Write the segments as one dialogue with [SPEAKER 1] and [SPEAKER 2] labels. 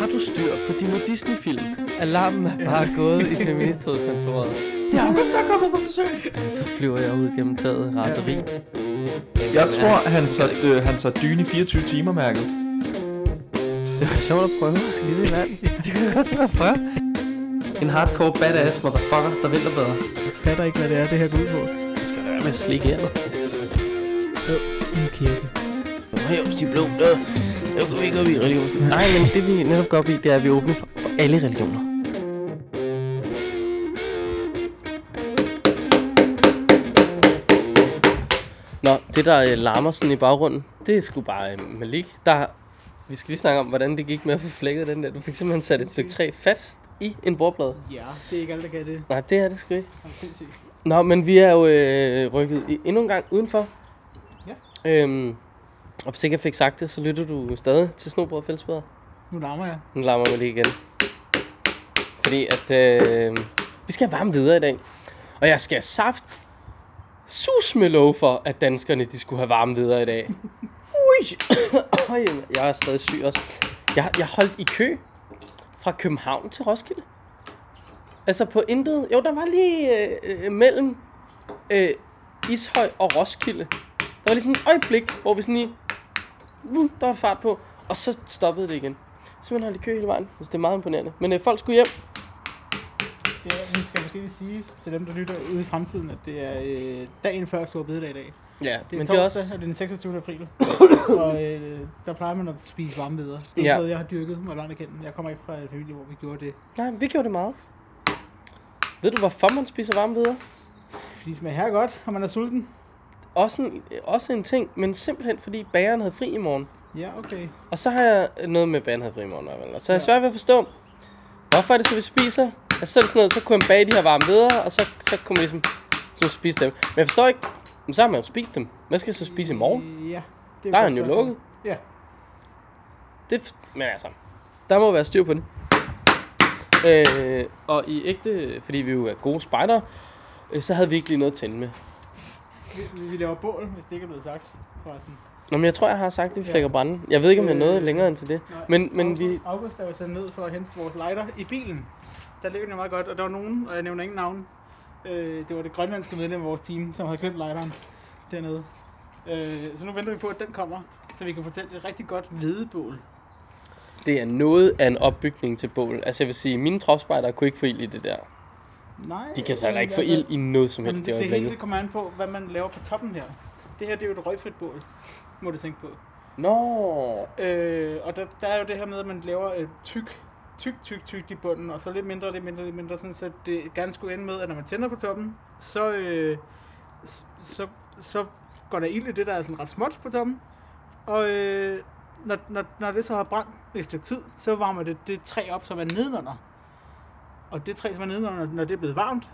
[SPEAKER 1] Har du styr på dine Disney-film?
[SPEAKER 2] Alarmen er bare gået i feministhovedkontoret.
[SPEAKER 3] Jeg har vist, der er kommet på besøg.
[SPEAKER 2] Så flyver jeg ud gennem taget i raseri.
[SPEAKER 3] Jeg tror, han tager, øh, han tager dyne i 24 timer, mærket.
[SPEAKER 2] Det var sjovt at prøve at skide i vand. Det kunne jeg godt være at prøve.
[SPEAKER 1] En hardcore badass motherfucker, der vælter bedre.
[SPEAKER 4] Jeg fatter ikke, hvad det er, det her går ud på.
[SPEAKER 2] Hvad med slik her?
[SPEAKER 4] En kirke.
[SPEAKER 2] Hævs de blå, der. Nu kan vi ikke op i religionen. Nej, men det vi netop går op i, det er, at vi er åbne for, for alle religioner. Nå, det der øh, larmer sådan i baggrunden, det er sgu bare øh, Malik. Der, vi skal lige snakke om, hvordan det gik med at få flækket den der. Du fik simpelthen sat et stykke træ fast i en bordplade.
[SPEAKER 4] Ja, det er ikke alle, der kan det.
[SPEAKER 2] Nej, det er det sgu ikke.
[SPEAKER 4] Han er sindssyg.
[SPEAKER 2] Nå, men vi er jo øh, rykket i, endnu en gang udenfor.
[SPEAKER 4] Ja.
[SPEAKER 2] Øhm, og hvis ikke jeg fik sagt det, så lytter du stadig til Snobrød og Fællesbæder.
[SPEAKER 4] Nu larmer jeg.
[SPEAKER 2] Nu larmer mig lige igen. Fordi at øh, vi skal varme videre i dag. Og jeg skal saft sus med lov for, at danskerne de skulle have varme videre i dag. Ui! Øj, jeg er stadig syg også. Jeg, jeg holdt i kø fra København til Roskilde. Altså på intet. Jo, der var lige øh, øh, mellem øh, Ishøj og Roskilde. Der var lige sådan et øjeblik, hvor vi sådan lige... Uh, der var fart på. Og så stoppede det igen simpelthen holdt i kø hele vejen. Jeg synes, det er meget imponerende. Men øh, folk skulle hjem.
[SPEAKER 4] Ja, vi skal måske lige sige til dem, der lytter ude i fremtiden, at det er øh, dagen før Stor Bededag i dag.
[SPEAKER 2] Ja,
[SPEAKER 4] Det er
[SPEAKER 2] men
[SPEAKER 4] men
[SPEAKER 2] det er
[SPEAKER 4] torsdag,
[SPEAKER 2] også...
[SPEAKER 4] og det er den 26. april. og øh, der plejer man at spise varme videre. Det er ikke
[SPEAKER 2] Ja.
[SPEAKER 4] noget, jeg har dyrket, må jeg langt erkende. Jeg kommer ikke fra en familie, hvor vi gjorde det.
[SPEAKER 2] Nej, vi gjorde det meget. Ved du, hvorfor man spiser varme videre?
[SPEAKER 4] Fordi det smager her godt, og man er sulten.
[SPEAKER 2] Også en, øh, også en ting, men simpelthen fordi bageren havde fri i morgen.
[SPEAKER 4] Ja, okay.
[SPEAKER 2] Og så har jeg øh, noget med, at bageren havde fri i morgen. nok, eller? Så jeg
[SPEAKER 4] Ja.
[SPEAKER 2] svært ved at forstå, hvorfor er det så, vi spiser? Altså, så er det sådan noget, så kunne man bage de her varme videre, og så, så kunne man ligesom så spise dem. Men jeg forstår ikke, men så har man jo spist dem. Hvad skal jeg så spise i morgen?
[SPEAKER 4] Ja. Det
[SPEAKER 2] Der er
[SPEAKER 4] et godt
[SPEAKER 2] den jo
[SPEAKER 4] spørgsmål.
[SPEAKER 2] lukket.
[SPEAKER 4] Ja.
[SPEAKER 2] Det, men altså, der må være styr på det. Øh, og i ægte, fordi vi jo er gode spejdere, øh, så havde vi ikke lige noget at tænde med.
[SPEAKER 4] Vi, vi laver bål, hvis det ikke er blevet sagt. Forresten.
[SPEAKER 2] Nå, men jeg tror, jeg har sagt, at vi
[SPEAKER 4] Ja.
[SPEAKER 2] flækker brænde. Jeg ved ikke, om jeg
[SPEAKER 4] Øh,
[SPEAKER 2] nåede længere end til det.
[SPEAKER 4] Nej,
[SPEAKER 2] Men- men
[SPEAKER 4] August-
[SPEAKER 2] vi-
[SPEAKER 4] August er jo sendt ned for at hente vores lighter i bilen. Der ligger den jo meget godt, og der var nogen, og jeg nævner ingen navn. Øh, det var det grønlandske medlem af vores team, som havde glemt lighteren dernede. Øh, så nu venter vi på, at den kommer, så vi kan fortælle et rigtig godt hvedebål.
[SPEAKER 2] Det er noget af en opbygning til bål. Altså, jeg vil sige, mine tropspejdere kunne ikke få ild i det der.
[SPEAKER 4] Nej,
[SPEAKER 2] De kan så heller
[SPEAKER 4] men
[SPEAKER 2] ikke få
[SPEAKER 4] altså,
[SPEAKER 2] ild i noget som
[SPEAKER 4] Men
[SPEAKER 2] helst i
[SPEAKER 4] det, det hele
[SPEAKER 2] øjeblikket.
[SPEAKER 4] det kommer an på, hvad man laver på toppen her. Det her det er jo et røgfrit bål, må du tænke på.
[SPEAKER 2] Nå,
[SPEAKER 4] Øh, og der, der er jo det her med, at man laver øh, tyk, tyk, tyk, tyk i bunden, og så lidt mindre, lidt mindre, lidt mindre, sådan, så det gerne skulle ende med, at når man tænder på toppen, så, øh, s- så, så går der ild i det, der er sådan ret småt på toppen, og øh, når, når, når det så har brændt et stykke tid, så varmer det det træ op, som er nedenunder. Og det træ, som er nedenunder, når det er blevet varmt,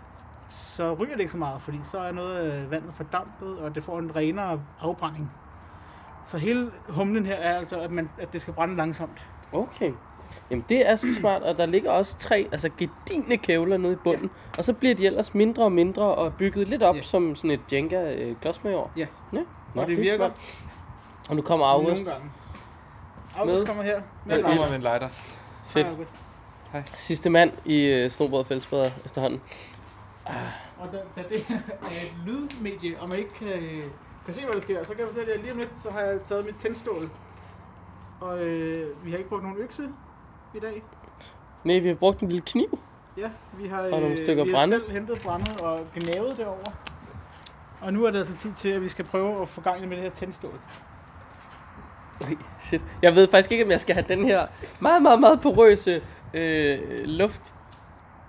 [SPEAKER 4] så ryger det ikke så meget, fordi så er noget af vandet fordampet, og det får en renere afbrænding. Så hele humlen her er altså, at, man, at det skal brænde langsomt.
[SPEAKER 2] okay. Jamen, det er så smart, og der ligger også tre, altså gedine kævler nede i bunden. Og så bliver de ellers mindre og mindre og bygget lidt op
[SPEAKER 4] Ja.
[SPEAKER 2] som sådan et jenga øh, klodsmajor.
[SPEAKER 4] Ja.
[SPEAKER 2] ja. Nå,
[SPEAKER 4] Og det
[SPEAKER 2] er
[SPEAKER 4] virker.
[SPEAKER 2] smart. Og nu kommer August.
[SPEAKER 4] Nogle gange. August
[SPEAKER 2] Med-
[SPEAKER 4] kommer her.
[SPEAKER 2] med
[SPEAKER 3] Jeg
[SPEAKER 4] lighter.
[SPEAKER 3] kommer med en lighter.
[SPEAKER 2] Fedt.
[SPEAKER 4] Hej, August.
[SPEAKER 2] Sidste mand i øh, Snobrød og Fællesbæder efterhånden.
[SPEAKER 4] Og da, da det er et lydmedie, og man ikke kan, øh, kan se, hvad der sker, så kan jeg fortælle jer lige om lidt, så har jeg taget mit tændstål. Og øh, vi har ikke brugt nogen økse i dag.
[SPEAKER 2] Nej, vi har brugt en lille kniv.
[SPEAKER 4] Ja, vi har, øh,
[SPEAKER 2] Og nogle stykker
[SPEAKER 4] vi har
[SPEAKER 2] brænde.
[SPEAKER 4] selv hentet brændet og gnavet det over. Og nu er det altså tid til, at vi skal prøve at få gang i med det her tændstål.
[SPEAKER 2] Ui, Shit. Jeg ved faktisk ikke, om jeg skal have den her meget, meget, meget porøse øh, luft.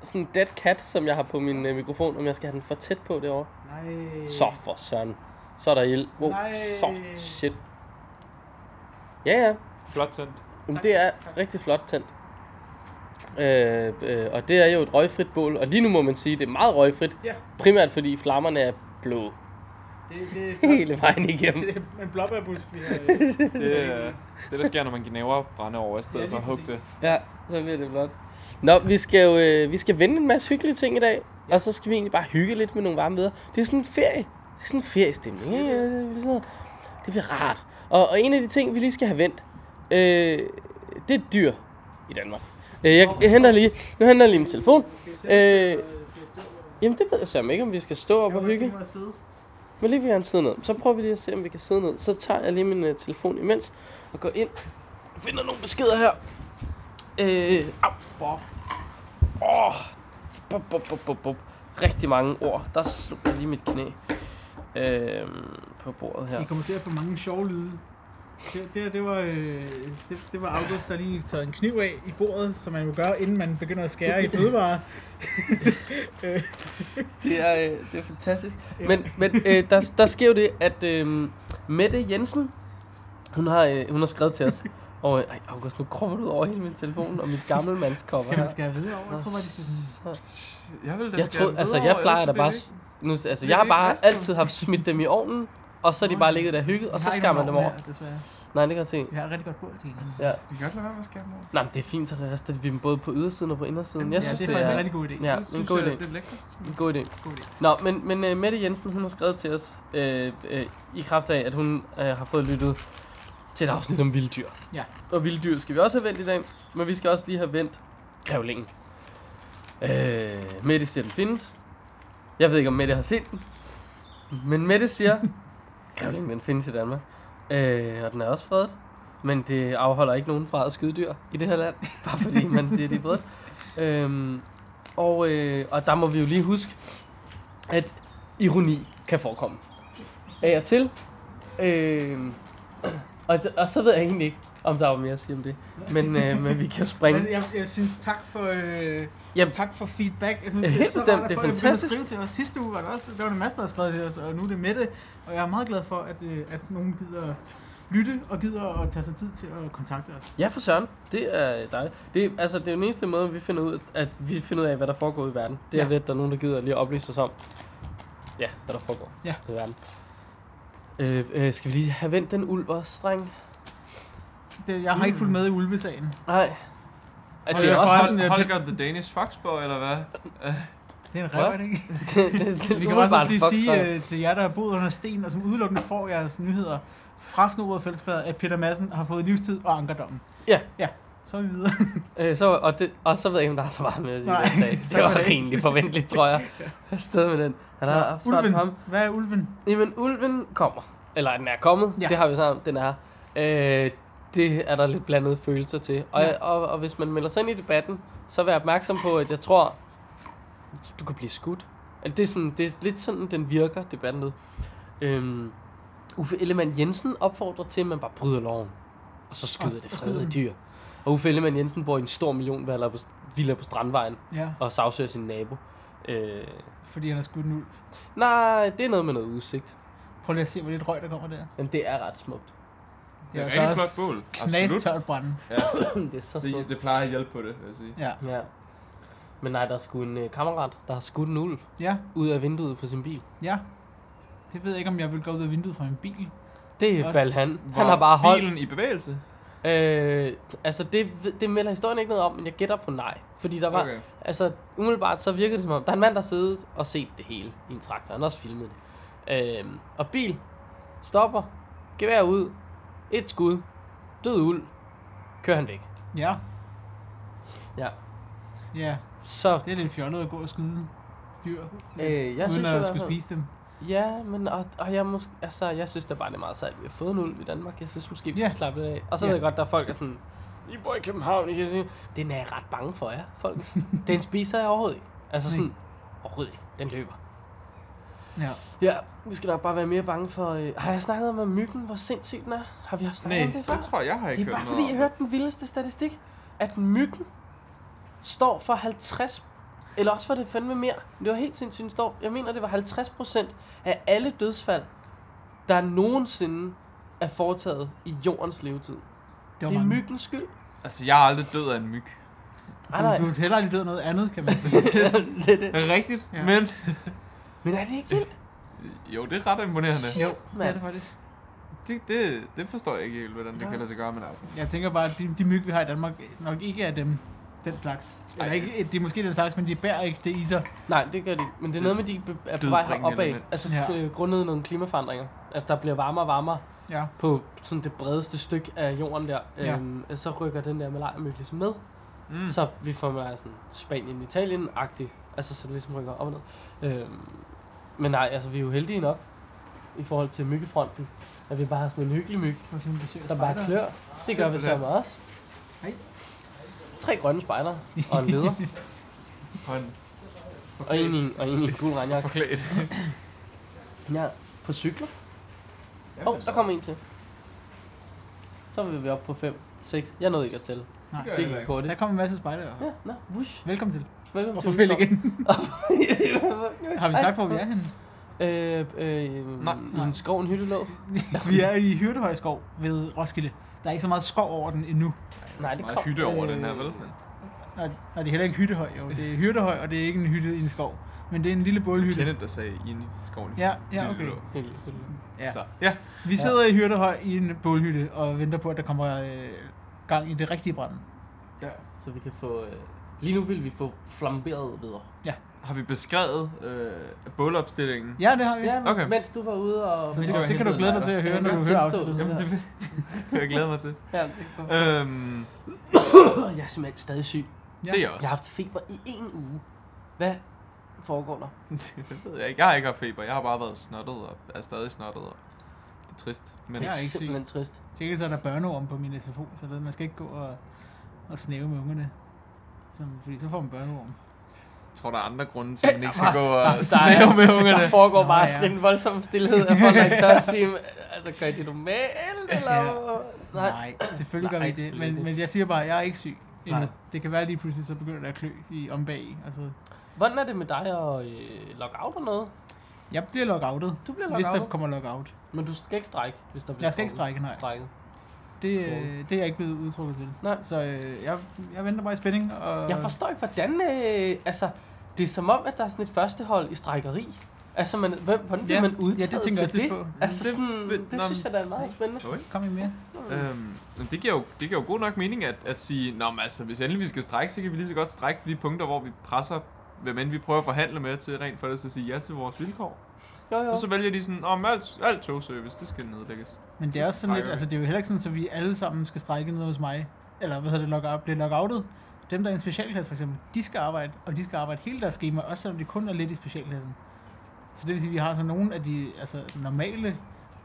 [SPEAKER 2] Sådan en dead cat, som jeg har på min øh, mikrofon, om jeg skal have den for tæt på derovre.
[SPEAKER 4] Nej.
[SPEAKER 2] Så for søren. Så er der ild. Wow,
[SPEAKER 4] Nej.
[SPEAKER 2] så shit. Ja, ja.
[SPEAKER 3] Flot tændt.
[SPEAKER 2] Jamen,
[SPEAKER 4] Tak.
[SPEAKER 2] det er
[SPEAKER 4] Tak.
[SPEAKER 2] rigtig flot tændt. Øh, øh, og det er jo et røgfrit bål, og lige nu må man sige, at det er meget røgfrit.
[SPEAKER 4] Ja.
[SPEAKER 2] Primært fordi flammerne er blå
[SPEAKER 4] Det, det,
[SPEAKER 2] hele vejen igennem.
[SPEAKER 4] det er en blåbærbusk, vi har. øh,
[SPEAKER 3] Det er det, der sker, når man gnaver brænde over, i stedet
[SPEAKER 4] Ja,
[SPEAKER 3] for at
[SPEAKER 4] lige
[SPEAKER 3] hugge det.
[SPEAKER 4] præcis.
[SPEAKER 2] Ja, så bliver det flot. Nå, vi skal jo øh, vi skal vende en masse hyggelige ting i dag, og så skal vi egentlig bare hygge lidt med nogle varme videre. Det er sådan en ferie. Det er sådan en feriestemning. ikke? Øh, det er sådan noget. Det bliver rart. Og, og en af de ting, vi lige skal have vendt, øh, det er dyr. i Danmark. Øh, jeg, jeg henter lige, nu henter jeg lige min telefon. Øh, jamen det ved jeg sørme ikke, om vi skal stå op og hygge. Men lige vi gerne sidde ned. Så prøver vi lige at se, om vi kan sidde ned. Så tager jeg lige min uh, telefon imens og går ind og finder nogle beskeder her. Øh, au for. Åh, bup, bup, bup, bup, bup. Rigtig mange ord. Der slog jeg lige mit knæ øh, på bordet her.
[SPEAKER 4] I kommer til at få mange sjove lyde. Det, det, her, det, var, øh, det, det var August, der lige tog en kniv af i bordet, som man jo gør, inden man begynder at skære i fødevarer.
[SPEAKER 2] Det er, øh, det er fantastisk.
[SPEAKER 4] Ja.
[SPEAKER 2] Men, men øh, der, der sker jo det, at øh, Mette Jensen, hun har, øh, hun har skrevet til os. Og øh, ej, August, nu krummer du ud over hele min telefon og mit gamle mandskopper.
[SPEAKER 4] Skal man skære videre over? Jeg tror, man, det
[SPEAKER 3] Jeg vil da
[SPEAKER 2] Jeg tror, altså jeg plejer da bare... s- Nu, altså,
[SPEAKER 3] bliver
[SPEAKER 2] jeg har
[SPEAKER 3] det
[SPEAKER 2] bare
[SPEAKER 3] ikke kastet.
[SPEAKER 2] altid haft smidt dem i ovnen, og så er de bare ligget der og hygget, og så skærer man dem over.
[SPEAKER 4] Desværre.
[SPEAKER 2] Nej, det kan jeg se.
[SPEAKER 4] Vi har et rigtig godt bord til en.
[SPEAKER 2] Ja.
[SPEAKER 3] Vi kan godt lade være med at skære dem over.
[SPEAKER 2] Nej, men det er fint, så rester vi dem både på ydersiden og på indersiden.
[SPEAKER 3] Jamen,
[SPEAKER 2] Jeg
[SPEAKER 4] ja,
[SPEAKER 2] synes,
[SPEAKER 4] det er
[SPEAKER 2] det
[SPEAKER 4] faktisk en
[SPEAKER 2] er
[SPEAKER 4] rigtig god idé.
[SPEAKER 2] Ja,
[SPEAKER 3] det
[SPEAKER 2] en
[SPEAKER 3] synes
[SPEAKER 2] god
[SPEAKER 3] jeg,
[SPEAKER 2] idé.
[SPEAKER 3] Det er lækrest.
[SPEAKER 2] en god idé.
[SPEAKER 4] God idé.
[SPEAKER 2] Nå, men, men uh, Mette Jensen, hun har skrevet til os, øh, øh, i kraft af, at hun øh, har fået lyttet til et afsnit om vilddyr.
[SPEAKER 4] Ja.
[SPEAKER 2] Og vilddyr skal vi også have vendt i dag, men vi skal også lige have vendt grævlingen. Øh, Mette siger, den findes. Jeg ved ikke, om Mette har set den. Men Mette siger, grævlingen den findes i Danmark. Øh, og den er også fredet. Men det afholder ikke nogen fra at skyde dyr i det her land. Bare fordi man siger, det er fredet. Øhm, og, øh, og der må vi jo lige huske, at ironi kan forekomme. Af og til. Øh, og, og så ved jeg egentlig ikke, om der var mere at sige om det. Men, øh, men vi kan jo springe.
[SPEAKER 4] Men jeg, jeg synes, tak for, øh,
[SPEAKER 2] Jamen.
[SPEAKER 4] tak for feedback. Jeg synes,
[SPEAKER 2] Helt
[SPEAKER 4] så
[SPEAKER 2] bestemt,
[SPEAKER 4] rart, at
[SPEAKER 2] det er
[SPEAKER 4] folk begynder at
[SPEAKER 2] fantastisk.
[SPEAKER 4] skrive Til os. Sidste uge var der også, der var en masse, der havde skrevet til os, og nu er det Mette. Og jeg er meget glad for, at, øh, at nogen gider lytte og gider at tage sig tid til at kontakte os.
[SPEAKER 2] Ja, for søren. Det er dejligt. Det, er- altså, det er jo den eneste måde, vi finder ud, at vi finder ud af, hvad der foregår i verden. Det er
[SPEAKER 4] Ja.
[SPEAKER 2] ved, at der er nogen, der gider lige at oplyse os om, ja, hvad der foregår
[SPEAKER 4] Ja.
[SPEAKER 2] i verden. Øh, øh, skal vi lige have vendt den ulv også, dreng?
[SPEAKER 4] Det, jeg har ikke fulgt med i ulvesagen.
[SPEAKER 2] Nej. At
[SPEAKER 4] Og
[SPEAKER 2] det er
[SPEAKER 4] jeg
[SPEAKER 2] også...
[SPEAKER 4] forresten,
[SPEAKER 3] Hol-
[SPEAKER 4] øh,
[SPEAKER 3] Holger the Danish Foxboy, eller hvad?
[SPEAKER 4] Det er en
[SPEAKER 2] Hvad?
[SPEAKER 4] ræv, er det ikke?
[SPEAKER 2] det, det, det,
[SPEAKER 4] Vi kan også
[SPEAKER 2] umiddelbart
[SPEAKER 4] også lige
[SPEAKER 2] fuck
[SPEAKER 4] sige
[SPEAKER 2] dreng.
[SPEAKER 4] øh, til jer, der har boet under sten, og som udelukkende får jeres nyheder fra Snobrød Fællesbad, at Peter Madsen har fået livstid og ankerdommen.
[SPEAKER 2] Ja.
[SPEAKER 4] Ja, så er vi videre.
[SPEAKER 2] Øh, så, og, det, og så ved jeg ikke, om der er så meget med at sige.
[SPEAKER 4] Nej,
[SPEAKER 2] den sag. det
[SPEAKER 4] tak for
[SPEAKER 2] var
[SPEAKER 4] det.
[SPEAKER 2] rimelig forventeligt, tror jeg. Afsted med den. Han har haft svært
[SPEAKER 4] ulven.
[SPEAKER 2] på ham.
[SPEAKER 4] Hvad er ulven?
[SPEAKER 2] Jamen, ulven kommer. Eller den er kommet. Ja.
[SPEAKER 4] Ja.
[SPEAKER 2] Det har vi sammen. Den er her. Øh, det er der lidt blandede følelser til. Og, ja.
[SPEAKER 4] Ja.
[SPEAKER 2] og, og hvis man melder sig ind i debatten, så vær opmærksom på, at jeg tror, du kan blive skudt. Altså, det, er sådan, det er lidt sådan, den virker, debatten nu. Øhm, Uffe Ellemann Jensen opfordrer til, at man bare bryder loven. Og så skyder
[SPEAKER 4] Og så
[SPEAKER 2] det
[SPEAKER 4] skyder
[SPEAKER 2] fredede
[SPEAKER 4] man.
[SPEAKER 2] dyr. Og Uffe Ellemann Jensen bor i en stor million på, villa på Strandvejen
[SPEAKER 4] Ja,
[SPEAKER 2] og sagsøger sin nabo. Øh,
[SPEAKER 4] fordi han har skudt en ulv.
[SPEAKER 2] nej, det er noget med noget udsigt.
[SPEAKER 4] Prøv lige at se, hvor lidt røg, der kommer der.
[SPEAKER 2] Men det er ret smukt.
[SPEAKER 3] Det er
[SPEAKER 4] og
[SPEAKER 3] et
[SPEAKER 4] så
[SPEAKER 3] rigtig
[SPEAKER 4] også
[SPEAKER 3] flot bål.
[SPEAKER 4] Knastørt brænde.
[SPEAKER 2] Altså, det er så
[SPEAKER 3] Det,
[SPEAKER 2] smukt.
[SPEAKER 3] det plejer at hjælpe på det, vil jeg sige.
[SPEAKER 4] Ja.
[SPEAKER 2] Ja. Men nej, der er sgu en øh, kammerat, der har skudt en ulv
[SPEAKER 4] ja,
[SPEAKER 2] ud af vinduet på sin bil.
[SPEAKER 4] ja. Det ved jeg ikke, om jeg vil gå ud af vinduet fra min bil.
[SPEAKER 2] Det er
[SPEAKER 4] Også
[SPEAKER 2] Balhan.
[SPEAKER 3] Hvor
[SPEAKER 2] Han har bare holdt...
[SPEAKER 3] Bilen i bevægelse.
[SPEAKER 2] Øh, altså, det, ved- det melder historien ikke noget om, men jeg gætter på nej. Fordi der var... Okay.
[SPEAKER 3] Okay.
[SPEAKER 2] Altså, umiddelbart så virkede det som om, der er en mand, der har siddet og set det hele i en traktor. Han har også filmet det. Øh, og bil stopper, gevær ud, et skud, død ulv, kører han væk.
[SPEAKER 4] Ja.
[SPEAKER 2] Ja.
[SPEAKER 4] Ja,
[SPEAKER 2] Så
[SPEAKER 4] det er lidt fjollet at gå og skyde dyr.
[SPEAKER 2] Øh, jeg
[SPEAKER 4] uden
[SPEAKER 2] synes,
[SPEAKER 4] at
[SPEAKER 2] i hvert
[SPEAKER 4] skulle
[SPEAKER 2] fald-
[SPEAKER 4] spise dem.
[SPEAKER 2] Ja, men og, og jeg, måske, altså, jeg synes da bare, det er meget sejt, at vi har fået en ulv i Danmark. Jeg synes måske, vi skal
[SPEAKER 4] Ja.
[SPEAKER 2] slappe lidt af. Og så
[SPEAKER 4] Ja.
[SPEAKER 2] ved jeg godt, der er folk, der er sådan, I bor i København, I kan sige, den er jeg ret bange for, ja, folk. den spiser jeg overhovedet ikke. Altså
[SPEAKER 4] Nej.
[SPEAKER 2] sådan, overhovedet ikke. Den løber.
[SPEAKER 4] Ja.
[SPEAKER 2] Ja, vi skal da bare være mere bange for... Øh, har jeg snakket om, at myggen, hvor sindssyg den er? Har vi haft snakket
[SPEAKER 3] Nej,
[SPEAKER 2] om det før?
[SPEAKER 3] det tror jeg, jeg har ikke
[SPEAKER 2] Det er bare
[SPEAKER 3] hørt
[SPEAKER 2] fordi, jeg hørte den vildeste statistik, at myggen står for 50, eller også var det fandme mere, men det var helt sindssygt, den står, jeg mener, det var 50 procent af alle dødsfald, der nogensinde er foretaget i jordens levetid.
[SPEAKER 4] var
[SPEAKER 2] Det er
[SPEAKER 4] mange.
[SPEAKER 2] myggens skyld.
[SPEAKER 3] Altså, jeg er aldrig død af en myg.
[SPEAKER 2] Ej, nej.
[SPEAKER 4] Du er heller aldrig død af noget andet, kan man sige.
[SPEAKER 2] det er det.
[SPEAKER 3] Rigtigt,
[SPEAKER 4] Ja.
[SPEAKER 3] men...
[SPEAKER 2] Men er det ikke vildt?
[SPEAKER 3] Jo, det er ret imponerende.
[SPEAKER 2] Jo,
[SPEAKER 4] det er det
[SPEAKER 2] mand.
[SPEAKER 4] faktisk.
[SPEAKER 3] Det, det, det forstår jeg ikke helt, hvordan det
[SPEAKER 2] Nej.
[SPEAKER 3] kan lade sig gøre, men altså...
[SPEAKER 4] Jeg tænker bare, at de, de myg, vi har i Danmark, nok ikke er dem. Den slags. Eller
[SPEAKER 3] Ej.
[SPEAKER 4] ikke, de er måske den slags, men de bærer ikke det i sig.
[SPEAKER 2] Nej, det gør de ikke. Men det er noget med, de be- er på vej
[SPEAKER 3] Dødbringende
[SPEAKER 2] heropad.
[SPEAKER 3] element.
[SPEAKER 2] Altså
[SPEAKER 4] Ja.
[SPEAKER 2] øh, grundet nogle klimaforandringer. Altså der bliver varmere og varmere.
[SPEAKER 4] Ja.
[SPEAKER 2] på sådan det bredeste stykke af jorden der,
[SPEAKER 4] Ja.
[SPEAKER 2] øhm, så rykker den der malarmyg ligesom med.
[SPEAKER 3] Mm.
[SPEAKER 2] Så vi får med sådan Spanien-Italien-agtig. Altså, så det ligesom rykker op og ned. Øhm, men nej, altså, vi er jo heldige nok i forhold til myggefronten. At vi bare har sådan en hyggelig myg,
[SPEAKER 4] For eksempel besøger
[SPEAKER 2] der bare klør. Det gør vi så med os.
[SPEAKER 4] Hej.
[SPEAKER 2] Tre grønne spejler og en leder.
[SPEAKER 3] Hånd.
[SPEAKER 2] og en i en, og en, i en gul regnjakke.
[SPEAKER 3] Forklædt.
[SPEAKER 2] Ja, på cykler. Åh, oh, der kommer en til. Så vil vi op på 5, 6. Jeg nåede ikke at tælle.
[SPEAKER 4] Nej,
[SPEAKER 2] Det gik hurtigt.
[SPEAKER 4] der kommer en masse spejder.
[SPEAKER 2] Ja, nå, wush.
[SPEAKER 4] Velkommen til.
[SPEAKER 2] Velkommen
[SPEAKER 4] Hvorfor
[SPEAKER 2] til
[SPEAKER 4] vil igen?
[SPEAKER 2] Vildskov.
[SPEAKER 4] Har vi sagt, hvor vi er henne?
[SPEAKER 2] Øh, øh,
[SPEAKER 3] Nej.
[SPEAKER 2] I en skov, en hyttelåg.
[SPEAKER 4] vi er i Hyrdehøjskov ved Roskilde. Der er ikke så meget skov over den endnu.
[SPEAKER 2] Nej,
[SPEAKER 3] Nej,
[SPEAKER 2] det
[SPEAKER 3] det er
[SPEAKER 2] kom-
[SPEAKER 3] meget hytte over
[SPEAKER 4] øh,
[SPEAKER 3] den her, vel? Men
[SPEAKER 4] Nej, nej, det er heller ikke Hyttehøj, jo. Det er Hyrdehøj, og det er ikke en hytte i en skov. Men det er en lille bålhytte.
[SPEAKER 3] Kenneth, der sagde inde i skoven.
[SPEAKER 4] Ja, ja, okay. Ja.
[SPEAKER 3] Ja. Så, ja.
[SPEAKER 4] Vi sidder i Hyrdehøj i en bålhytte og venter på, at der kommer øh, gang i det rigtige brand.
[SPEAKER 2] Så vi kan få... Øh, lige nu vil vi få flamberet videre.
[SPEAKER 3] Har vi beskrevet øh, bålopstillingen?
[SPEAKER 4] Ja, det har vi.
[SPEAKER 2] Ja, men
[SPEAKER 3] Okay.
[SPEAKER 2] mens du var ude og...
[SPEAKER 4] Så
[SPEAKER 3] Men
[SPEAKER 4] det,
[SPEAKER 3] det var
[SPEAKER 4] det, det kan
[SPEAKER 3] hentet
[SPEAKER 4] du glæde dig
[SPEAKER 3] af
[SPEAKER 4] til at
[SPEAKER 2] dig.
[SPEAKER 4] høre, når
[SPEAKER 2] Ja,
[SPEAKER 4] du
[SPEAKER 2] til
[SPEAKER 4] hører
[SPEAKER 2] at stå.
[SPEAKER 4] afsnittet.
[SPEAKER 3] Jamen, det vil jeg glæde mig til.
[SPEAKER 2] Ja, det kan-
[SPEAKER 3] Øhm,
[SPEAKER 2] Åh, jeg er simpelthen stadig syg.
[SPEAKER 3] det er jeg
[SPEAKER 2] Jeg
[SPEAKER 3] også.
[SPEAKER 2] har haft feber i en uge. Hvad foregår der?
[SPEAKER 3] Det ved jeg ikke. Jeg har ikke haft feber. Jeg har bare været snottet og er stadig snottet. Og det er trist. Men
[SPEAKER 2] Det
[SPEAKER 4] Jeg
[SPEAKER 2] er
[SPEAKER 4] er ikke syg.
[SPEAKER 2] simpelthen trist.
[SPEAKER 4] Til gengæld så er der børneorm på min SFO, så ved, man skal ikke gå og, og snæve med ungerne. Som, fordi så får man børneorm.
[SPEAKER 3] jeg tror, der er andre grunde til, at man ikke skal
[SPEAKER 2] Der
[SPEAKER 3] gå
[SPEAKER 2] Der,
[SPEAKER 3] og
[SPEAKER 2] der,
[SPEAKER 3] snæve
[SPEAKER 2] er-
[SPEAKER 3] med
[SPEAKER 2] der
[SPEAKER 3] ungerne.
[SPEAKER 2] foregår
[SPEAKER 4] Nå,
[SPEAKER 2] bare
[SPEAKER 4] ja.
[SPEAKER 2] sådan en voldsom stillhed, at folk ikke tør at sige, altså gør I det normalt, eller? Nej.
[SPEAKER 4] Nej selvfølgelig gør
[SPEAKER 2] Nej,
[SPEAKER 4] vi ikke det.
[SPEAKER 2] selvfølgelig
[SPEAKER 4] Men,
[SPEAKER 2] ikke.
[SPEAKER 4] men jeg siger bare, at jeg er ikke syg. endnu.
[SPEAKER 2] Nej.
[SPEAKER 4] Det kan være lige pludselig, så begynder der at klø i, om bag. Altså,
[SPEAKER 2] Hvordan er det med dig og øh, lockout og noget?
[SPEAKER 4] jeg bliver lockoutet,
[SPEAKER 2] Du bliver
[SPEAKER 4] hvis der
[SPEAKER 2] lockoutet,
[SPEAKER 4] kommer lockout.
[SPEAKER 2] men du skal ikke strække, hvis der bliver
[SPEAKER 4] Jeg skal ikke
[SPEAKER 2] trukket.
[SPEAKER 4] strække, nej.
[SPEAKER 2] Strækket.
[SPEAKER 4] Det,
[SPEAKER 2] Stråle.
[SPEAKER 4] øh, det er jeg ikke blevet udtrukket til.
[SPEAKER 2] Nej.
[SPEAKER 4] Så øh, jeg, jeg venter bare i spænding. Og
[SPEAKER 2] Jeg forstår ikke, hvordan... Øh, altså, det er som om, at der er sådan et førstehold i strækkeri. Altså, man, hvem, hvordan bliver
[SPEAKER 4] Ja,
[SPEAKER 2] man udtaget
[SPEAKER 4] ja, det tænker jeg
[SPEAKER 2] til
[SPEAKER 4] også
[SPEAKER 2] det?
[SPEAKER 4] lidt på.
[SPEAKER 2] Altså,
[SPEAKER 3] Det-
[SPEAKER 2] sådan,
[SPEAKER 3] ved-
[SPEAKER 2] det,
[SPEAKER 3] nå,
[SPEAKER 2] synes jeg, der er meget spændende.
[SPEAKER 4] Kom I mere?
[SPEAKER 3] Øhm, men det giver, jo, det giver jo god nok mening at, at sige, Nå, men altså, hvis endelig vi skal strække, så kan vi lige så godt strække de punkter, hvor vi presser, hvem end vi prøver at forhandle med til rent for det, at sige ja til vores vilkår.
[SPEAKER 2] Jo, jo.
[SPEAKER 3] Og så vælger de sådan, om alt, alt togservice, det skal nedlægges.
[SPEAKER 4] Men det er også sådan lidt,
[SPEAKER 3] Strækker vi.
[SPEAKER 4] altså det er jo heller ikke sådan, at vi alle sammen skal strække ned hos mig. Eller hvad hedder det, lock out, bliver lockoutet. Dem, der er i en specialklasse for eksempel, de skal arbejde, og de skal arbejde hele deres schema, også selvom de kun er lidt i specialklassen. Så det vil sige, at vi har så nogle af de altså, normale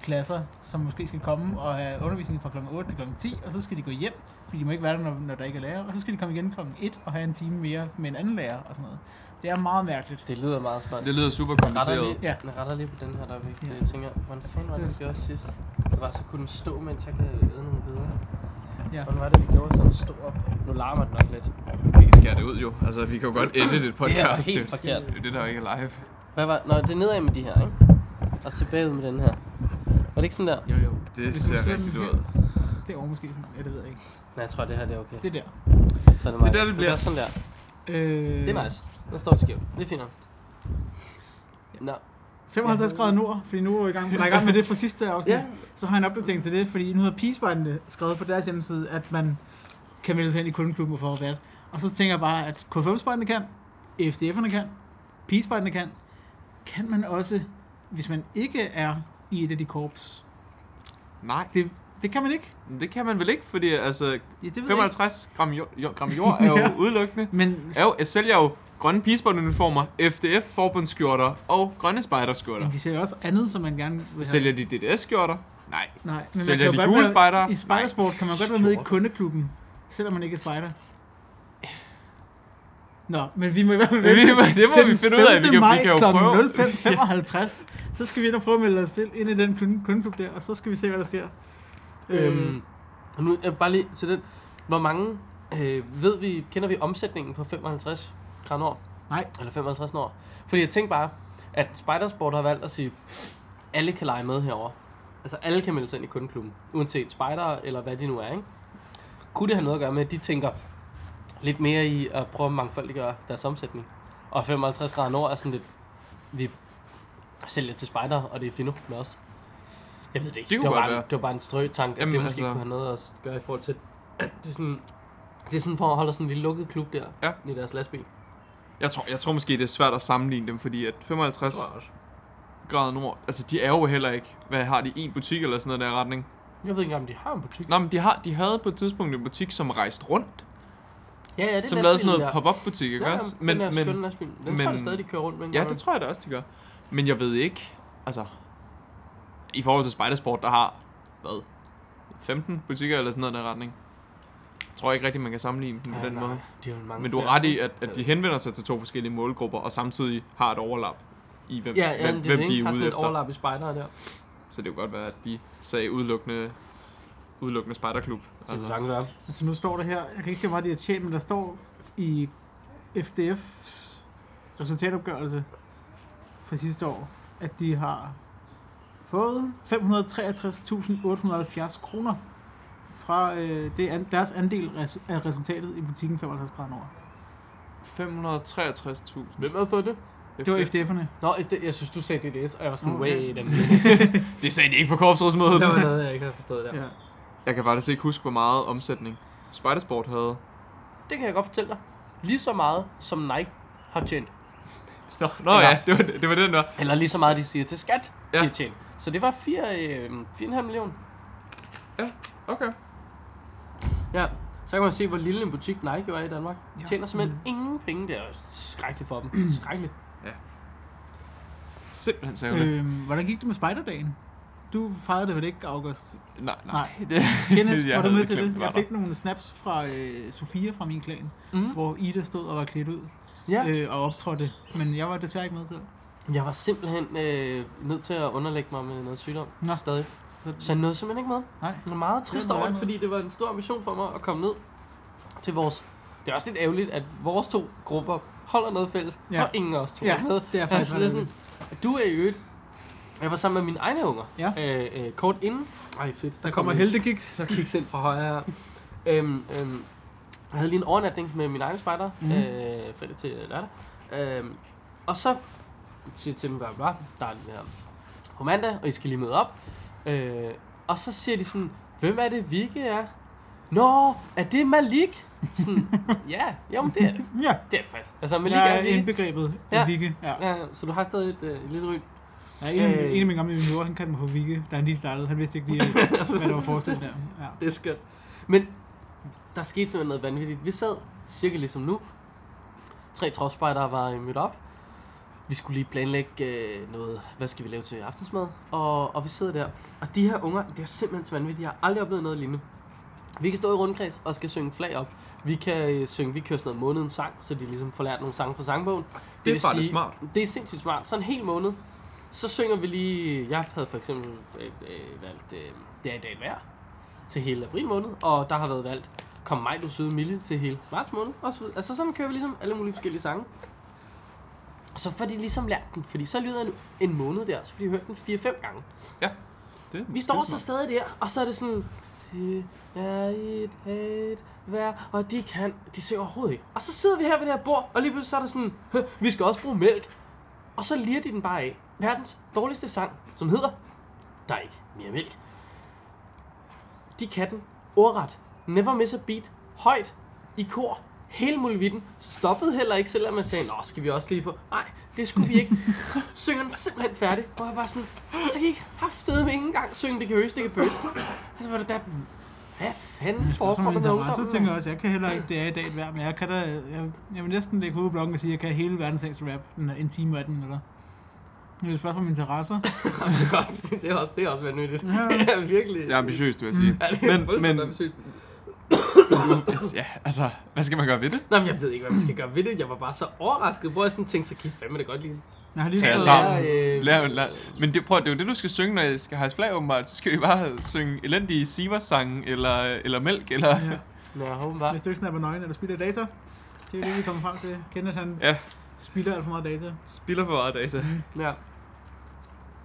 [SPEAKER 4] klasser, som måske skal komme og have undervisning fra kl. 8 til kl. 10, og så skal de gå hjem, fordi de må ikke være der, når, når der ikke er lærer, og så skal de komme igen kl. 1 og have en time mere med en anden lærer og sådan noget. Det er meget mærkeligt.
[SPEAKER 2] Det lyder meget smart.
[SPEAKER 3] Det lyder super
[SPEAKER 2] Jeg retter
[SPEAKER 3] kompliceret.
[SPEAKER 2] lige,
[SPEAKER 4] Ja.
[SPEAKER 2] ja. jeg retter lige på den her, der er vigtig.
[SPEAKER 4] Ja.
[SPEAKER 2] Jeg tænker, hvordan fanden var det, vi gjorde sidst? Det var så kunne den stå, mens jeg kan æde nogle videre.
[SPEAKER 4] Ja.
[SPEAKER 2] Hvordan var det, vi gjorde sådan stå op? Nu larmer den nok lidt.
[SPEAKER 3] Vi kan skære det ud jo. Altså, vi kan jo godt edit et podcast.
[SPEAKER 2] helt
[SPEAKER 3] det,
[SPEAKER 2] forkert.
[SPEAKER 3] det er jo det, der ikke er live.
[SPEAKER 2] Hvad var, nå, det er nedad med de her, ikke? Og tilbage ud med den her. Var det ikke sådan der?
[SPEAKER 4] Jo, jo.
[SPEAKER 3] Det,
[SPEAKER 4] Det
[SPEAKER 3] det
[SPEAKER 4] ser
[SPEAKER 3] ser
[SPEAKER 4] sådan
[SPEAKER 3] rigtigt
[SPEAKER 4] her.
[SPEAKER 3] ud.
[SPEAKER 4] Det er måske sådan, ja, det ved jeg ikke.
[SPEAKER 2] Nej, jeg tror, det her det er okay.
[SPEAKER 4] Det der.
[SPEAKER 2] Så er det,
[SPEAKER 3] der,
[SPEAKER 2] mig.
[SPEAKER 3] det
[SPEAKER 2] Så
[SPEAKER 3] bliver. Mm.
[SPEAKER 2] er sådan der.
[SPEAKER 4] Øh,
[SPEAKER 2] Det er nice. Nu står det skævt. Det er fint nok. Nå,
[SPEAKER 4] 55 grader nord, fordi nu er vi i gang, i gang med det fra sidste afsnit.
[SPEAKER 2] Ja.
[SPEAKER 4] Så har jeg en opdatering til det, fordi nu har Pigespejdene skrevet på deres hjemmeside, at man kan melde sig ind i kundeklubben og få rabat. Og så tænker jeg bare, at K5-spejdene kan, E FDF'erne kan, Pigespejdene kan. Kan man også, hvis man ikke er i et af de korps?
[SPEAKER 3] Nej,
[SPEAKER 4] Det, det kan man ikke.
[SPEAKER 3] men det kan man vel ikke, fordi altså,
[SPEAKER 4] Ja, det ved jeg ikke.
[SPEAKER 3] 55 gram jord, jo- gram jord er jo
[SPEAKER 4] Ja.
[SPEAKER 3] udelukkende.
[SPEAKER 4] Men
[SPEAKER 3] Er jo, jeg sælger jo grønne pigesbånduniformer, FDF-forbundsskjorter og grønne spejderskjorter.
[SPEAKER 4] men de sælger også andet, som man gerne vil have.
[SPEAKER 3] Sælger de DDS-skjorter? Nej.
[SPEAKER 4] Nej, men
[SPEAKER 3] Sælger
[SPEAKER 4] man
[SPEAKER 3] de
[SPEAKER 4] kan jo
[SPEAKER 3] gule
[SPEAKER 4] godt
[SPEAKER 3] spejdere?
[SPEAKER 4] være, I spejdersport kan man godt være med i
[SPEAKER 2] Skjorte.
[SPEAKER 4] kundeklubben, selvom man ikke er spejder. Nå, men vi må i hvert fald
[SPEAKER 3] Men vi-
[SPEAKER 4] vente
[SPEAKER 3] det må
[SPEAKER 4] til
[SPEAKER 3] vi
[SPEAKER 4] den
[SPEAKER 3] finde ud af.
[SPEAKER 4] 5.
[SPEAKER 3] Vi kan- vi
[SPEAKER 4] maj
[SPEAKER 3] kan jo
[SPEAKER 4] klokken
[SPEAKER 3] prøve.
[SPEAKER 4] 05.55, så skal vi ind og prøve at melde os til ind i den kunde- kundeklub der, og så skal vi se, hvad der sker. Øhm,
[SPEAKER 2] Øhm, og nu øh, bare lige til den. Hvor mange øh, ved vi, kender vi omsætningen på 55 gran år?
[SPEAKER 4] Nej.
[SPEAKER 2] Eller 55 år? Fordi jeg tænkte bare, at Spidersport har valgt at sige, alle kan lege med herover. Altså alle kan melde sig ind i kundeklubben, uanset spider eller hvad de nu er, ikke? Kunne det have noget at gøre med, at de tænker lidt mere i at prøve at mangfoldiggøre deres omsætning? Og 55 grader nord er sådan lidt, vi sælger til spider, og det er fino med os. Jeg ved det ikke.
[SPEAKER 3] Det kunne
[SPEAKER 2] var
[SPEAKER 3] godt
[SPEAKER 2] bare, en-
[SPEAKER 3] være.
[SPEAKER 2] det var bare en strøg tanke, at
[SPEAKER 3] Jamen,
[SPEAKER 2] det måske altså...
[SPEAKER 3] altså-
[SPEAKER 2] kunne have noget at gøre i forhold til, at det er sådan, det er sådan for at holde sådan en lille lukket klub der
[SPEAKER 3] Ja.
[SPEAKER 2] i deres lastbil.
[SPEAKER 3] Jeg tror, jeg tror måske, det er svært at sammenligne dem, fordi at 55
[SPEAKER 2] Tror jeg også.
[SPEAKER 3] grader nord, altså de er jo heller ikke, hvad har de, en butik eller sådan noget der retning?
[SPEAKER 2] Jeg ved ikke engang, om de har en butik.
[SPEAKER 3] Nå, men de, har, de havde på et tidspunkt en butik, som rejste rundt
[SPEAKER 2] Ja, ja, det er
[SPEAKER 3] som lavede sådan
[SPEAKER 2] lastbilen
[SPEAKER 3] noget
[SPEAKER 2] der.
[SPEAKER 3] pop-up butik, ikke
[SPEAKER 2] Ja,
[SPEAKER 3] også?
[SPEAKER 2] men, den der men, skønne lastbil. Den men, tror jeg
[SPEAKER 3] men-
[SPEAKER 2] da stadig, de kører rundt med.
[SPEAKER 3] Ja, det tror jeg da også, de gør. Men jeg ved ikke, altså... I forhold til Spejdersport, der har, hvad? 15 butikker eller sådan noget i den retning. Jeg tror ikke rigtigt, man kan sammenligne dem på den måde.
[SPEAKER 2] Det er jo mange
[SPEAKER 3] Men du har ret i, at, at de henvender sig til to forskellige målgrupper, og samtidig har et overlap i, hvem,
[SPEAKER 2] Ja, ja,
[SPEAKER 3] hvem,
[SPEAKER 2] men det er
[SPEAKER 3] hvem
[SPEAKER 2] det,
[SPEAKER 3] de
[SPEAKER 2] ikke?
[SPEAKER 3] er
[SPEAKER 2] Har
[SPEAKER 3] ude
[SPEAKER 2] sådan et
[SPEAKER 3] efter.
[SPEAKER 2] overlap i spejdere der.
[SPEAKER 3] Så det kunne godt være, at de sagde udelukkende, udelukkende spejderklub.
[SPEAKER 2] Det kan
[SPEAKER 3] Altså,
[SPEAKER 2] sagtens være.
[SPEAKER 4] Altså nu står der her, jeg kan ikke se, hvor meget de har tjent, men der står i FDF's resultatopgørelse fra sidste år, at de har fået 563.870 kroner fra øh, det er an, deres andel res, af resultatet i butikken 55 grader over.
[SPEAKER 3] 563.000.
[SPEAKER 2] Hvem havde fået det?
[SPEAKER 4] Det var FDF'erne.
[SPEAKER 2] Nå, det- jeg synes, du sagde DDS, og jeg var sådan,
[SPEAKER 4] Nå,
[SPEAKER 2] way
[SPEAKER 4] ja.
[SPEAKER 2] den.
[SPEAKER 3] Det sagde de ikke på korpsrådsmødet.
[SPEAKER 2] Der var noget, jeg ikke havde forstået der.
[SPEAKER 4] Ja.
[SPEAKER 3] Jeg kan faktisk ikke huske, hvor meget omsætning Spejdersport havde.
[SPEAKER 2] Det kan jeg godt fortælle dig. Lige så meget, som Nike har tjent.
[SPEAKER 3] Nå, nå ja, det var, det var den der.
[SPEAKER 2] Eller lige så meget, de siger til skat, ja.
[SPEAKER 3] Ja.
[SPEAKER 2] de har tjent. Så det var fire, øh, 4,5 millioner.
[SPEAKER 3] Okay.
[SPEAKER 2] Ja, så kan man se, hvor lille en butik Nike jo er i Danmark.
[SPEAKER 4] Ja.
[SPEAKER 2] Ja. Tjener simpelthen mm. ingen penge. Det er jo skrækkeligt for dem. skrækkeligt.
[SPEAKER 3] Simpelthen sagde øh.
[SPEAKER 4] Øhm, hvordan gik det med Spider-Dagen? Du fejrede det vel ikke, August?
[SPEAKER 3] Nej, nej.
[SPEAKER 4] nej.
[SPEAKER 3] Det,
[SPEAKER 4] Kenneth, var du
[SPEAKER 3] havde
[SPEAKER 4] med til
[SPEAKER 3] glemt,
[SPEAKER 4] det?
[SPEAKER 3] var
[SPEAKER 4] Jeg
[SPEAKER 3] der.
[SPEAKER 4] fik nogle snaps fra øh, Sofia fra min klan,
[SPEAKER 2] Mm.
[SPEAKER 4] hvor Ida stod og var klædt ud.
[SPEAKER 2] Ja, øh.
[SPEAKER 4] øh, og optrådte, men jeg var desværre ikke med til.
[SPEAKER 2] jeg var simpelthen øh, nødt til at underlægge mig med noget sygdom.
[SPEAKER 4] Nå.
[SPEAKER 2] Stadig.
[SPEAKER 4] Så,
[SPEAKER 2] Så jeg nåede simpelthen ikke med.
[SPEAKER 4] nej.
[SPEAKER 2] Jeg er meget trist
[SPEAKER 4] Det er
[SPEAKER 2] over det,
[SPEAKER 4] meget.
[SPEAKER 2] fordi det var en stor ambition for mig at komme ned til vores... Det er også lidt ærgerligt, at vores to grupper holder noget fælles, ja.
[SPEAKER 4] Ja.
[SPEAKER 2] og ingen af os to
[SPEAKER 4] Ja,
[SPEAKER 2] er med.
[SPEAKER 4] det er faktisk
[SPEAKER 2] altså, det er sådan,
[SPEAKER 4] meget
[SPEAKER 2] Du er i øvrigt... Jeg var sammen med mine egne unger.
[SPEAKER 4] Ja.
[SPEAKER 2] Øh, øh, kort inden... Ej, fedt.
[SPEAKER 4] Der kommer
[SPEAKER 2] en-
[SPEAKER 4] heldegigs.
[SPEAKER 2] Så kigge selv fra højre her. Øhm, øhm, jeg havde lige en overnatning med min egen spejder, mm.
[SPEAKER 4] Mhm.
[SPEAKER 2] øh, fredag til lørdag. Øhm, og så siger jeg til dem, hvad var der er den her på mandag, og I skal lige møde op. Øh, og så siger de sådan, hvem er det, Vicky er? Nå, er det Malik? Sådan, ja, jo, men det er det.
[SPEAKER 4] Ja,
[SPEAKER 2] Det er det faktisk. Altså, Malik
[SPEAKER 4] jeg
[SPEAKER 2] er
[SPEAKER 4] er
[SPEAKER 2] Vicky.
[SPEAKER 4] indbegrebet
[SPEAKER 2] Ja.
[SPEAKER 4] ja. Vigge. Ja.
[SPEAKER 2] Ja, så du har stadig et, øh, et lille ryg.
[SPEAKER 4] Ja, en, af,
[SPEAKER 2] Øh.
[SPEAKER 4] en af mine gamle juniorer, han kaldte mig for Vigge, da han lige startede. Han vidste ikke lige, hvad der var foretaget der. Ja.
[SPEAKER 2] Det er skønt. Men der skete simpelthen noget vanvittigt. Vi sad cirka ligesom nu. Tre tropspejdere var øh, mødt op. Vi skulle lige planlægge øh, noget, hvad skal vi lave til aftensmad? Og, og vi sidder der. Og de her unger, det er simpelthen så vanvittigt. Jeg har aldrig oplevet noget lignende. Vi kan stå i rundkreds og skal synge flag op. Vi kan øh, synge, vi kører sådan noget månedens sang, så de ligesom får lært nogle sange fra sangbogen. Det,
[SPEAKER 3] er
[SPEAKER 2] vil
[SPEAKER 3] faktisk smart.
[SPEAKER 2] Det er sindssygt smart. Så en hel måned, så synger vi lige... Jeg havde for eksempel øh, øh, valgt øh, Det er i dag værd til hele april måned, og der har været valgt Kom mig, du søde Mille til hele marts måned, og så videre. Altså sådan kører vi ligesom alle mulige forskellige sange. Og så får de ligesom lært den, fordi så lyder den en måned der, så får de hørt den 4-5 gange.
[SPEAKER 3] Det,
[SPEAKER 2] Vi står så stadig der, og så er det sådan... Det er et hat vejr, og de kan... De ser overhovedet ikke. Og så sidder vi her ved det her bord, og lige pludselig så er der sådan... "Hø, Vi skal også bruge mælk. Og så lirer de den bare af. Verdens dårligste sang, som hedder... Der er ikke mere mælk. De kan den. Ordret. Never miss a beat. Højt. I kor. Hele muligheden. Stoppede heller ikke, selvom man sagde, Nå, skal vi også lige få... Nej, det skulle vi ikke. Synger den simpelthen færdig. Hvor jeg bare sådan... Så kan I ikke haftede med ikke engang synge, det kan høres, det kan bøs. Altså, var det da... Hvad fanden
[SPEAKER 4] Sådan
[SPEAKER 2] foregår
[SPEAKER 4] nogle
[SPEAKER 2] der med ungdommen?
[SPEAKER 4] interesser, tænker jeg også. Jeg kan heller ikke, det er i dag et vejr, men jeg kan da, jeg, jeg vil næsten lægge hovedet i blokken og sige, at jeg kan hele verdens ængste rap, den er en time af den, eller? Det er et spørgsmål om interesser.
[SPEAKER 2] det, er også, det, er også, det er også vanvittigt.
[SPEAKER 4] Ja.
[SPEAKER 2] Det er virkelig...
[SPEAKER 3] Det er ambitiøst, vil jeg sige.
[SPEAKER 2] Ja, det er
[SPEAKER 3] Mm. Men-
[SPEAKER 2] voldsomt
[SPEAKER 3] men-
[SPEAKER 2] ambitiøst.
[SPEAKER 3] ja, altså, hvad skal man gøre ved det?
[SPEAKER 2] Nå, men jeg ved ikke, hvad man skal gøre ved det. Jeg var bare så overrasket, hvor jeg sådan tænkte, så kan I fandme det godt lide.
[SPEAKER 4] Jeg har lige
[SPEAKER 3] Tag jer
[SPEAKER 4] skrevet-
[SPEAKER 3] sammen.
[SPEAKER 2] øh,
[SPEAKER 3] Lær, lær. Men det, prøv, det er jo det, du skal synge, når jeg skal have flag, åbenbart. Så skal vi bare synge elendige Sivers-sange, eller, eller Mælk, eller...
[SPEAKER 4] Ja.
[SPEAKER 2] Ja, håbenbart.
[SPEAKER 4] Hvis du ikke snapper nøgen, eller spilder data, det er det, vi kommer frem til. Kenneth, han
[SPEAKER 3] Ja.
[SPEAKER 4] ja. spilder alt for meget data.
[SPEAKER 3] Spiller for meget data.
[SPEAKER 2] Ja.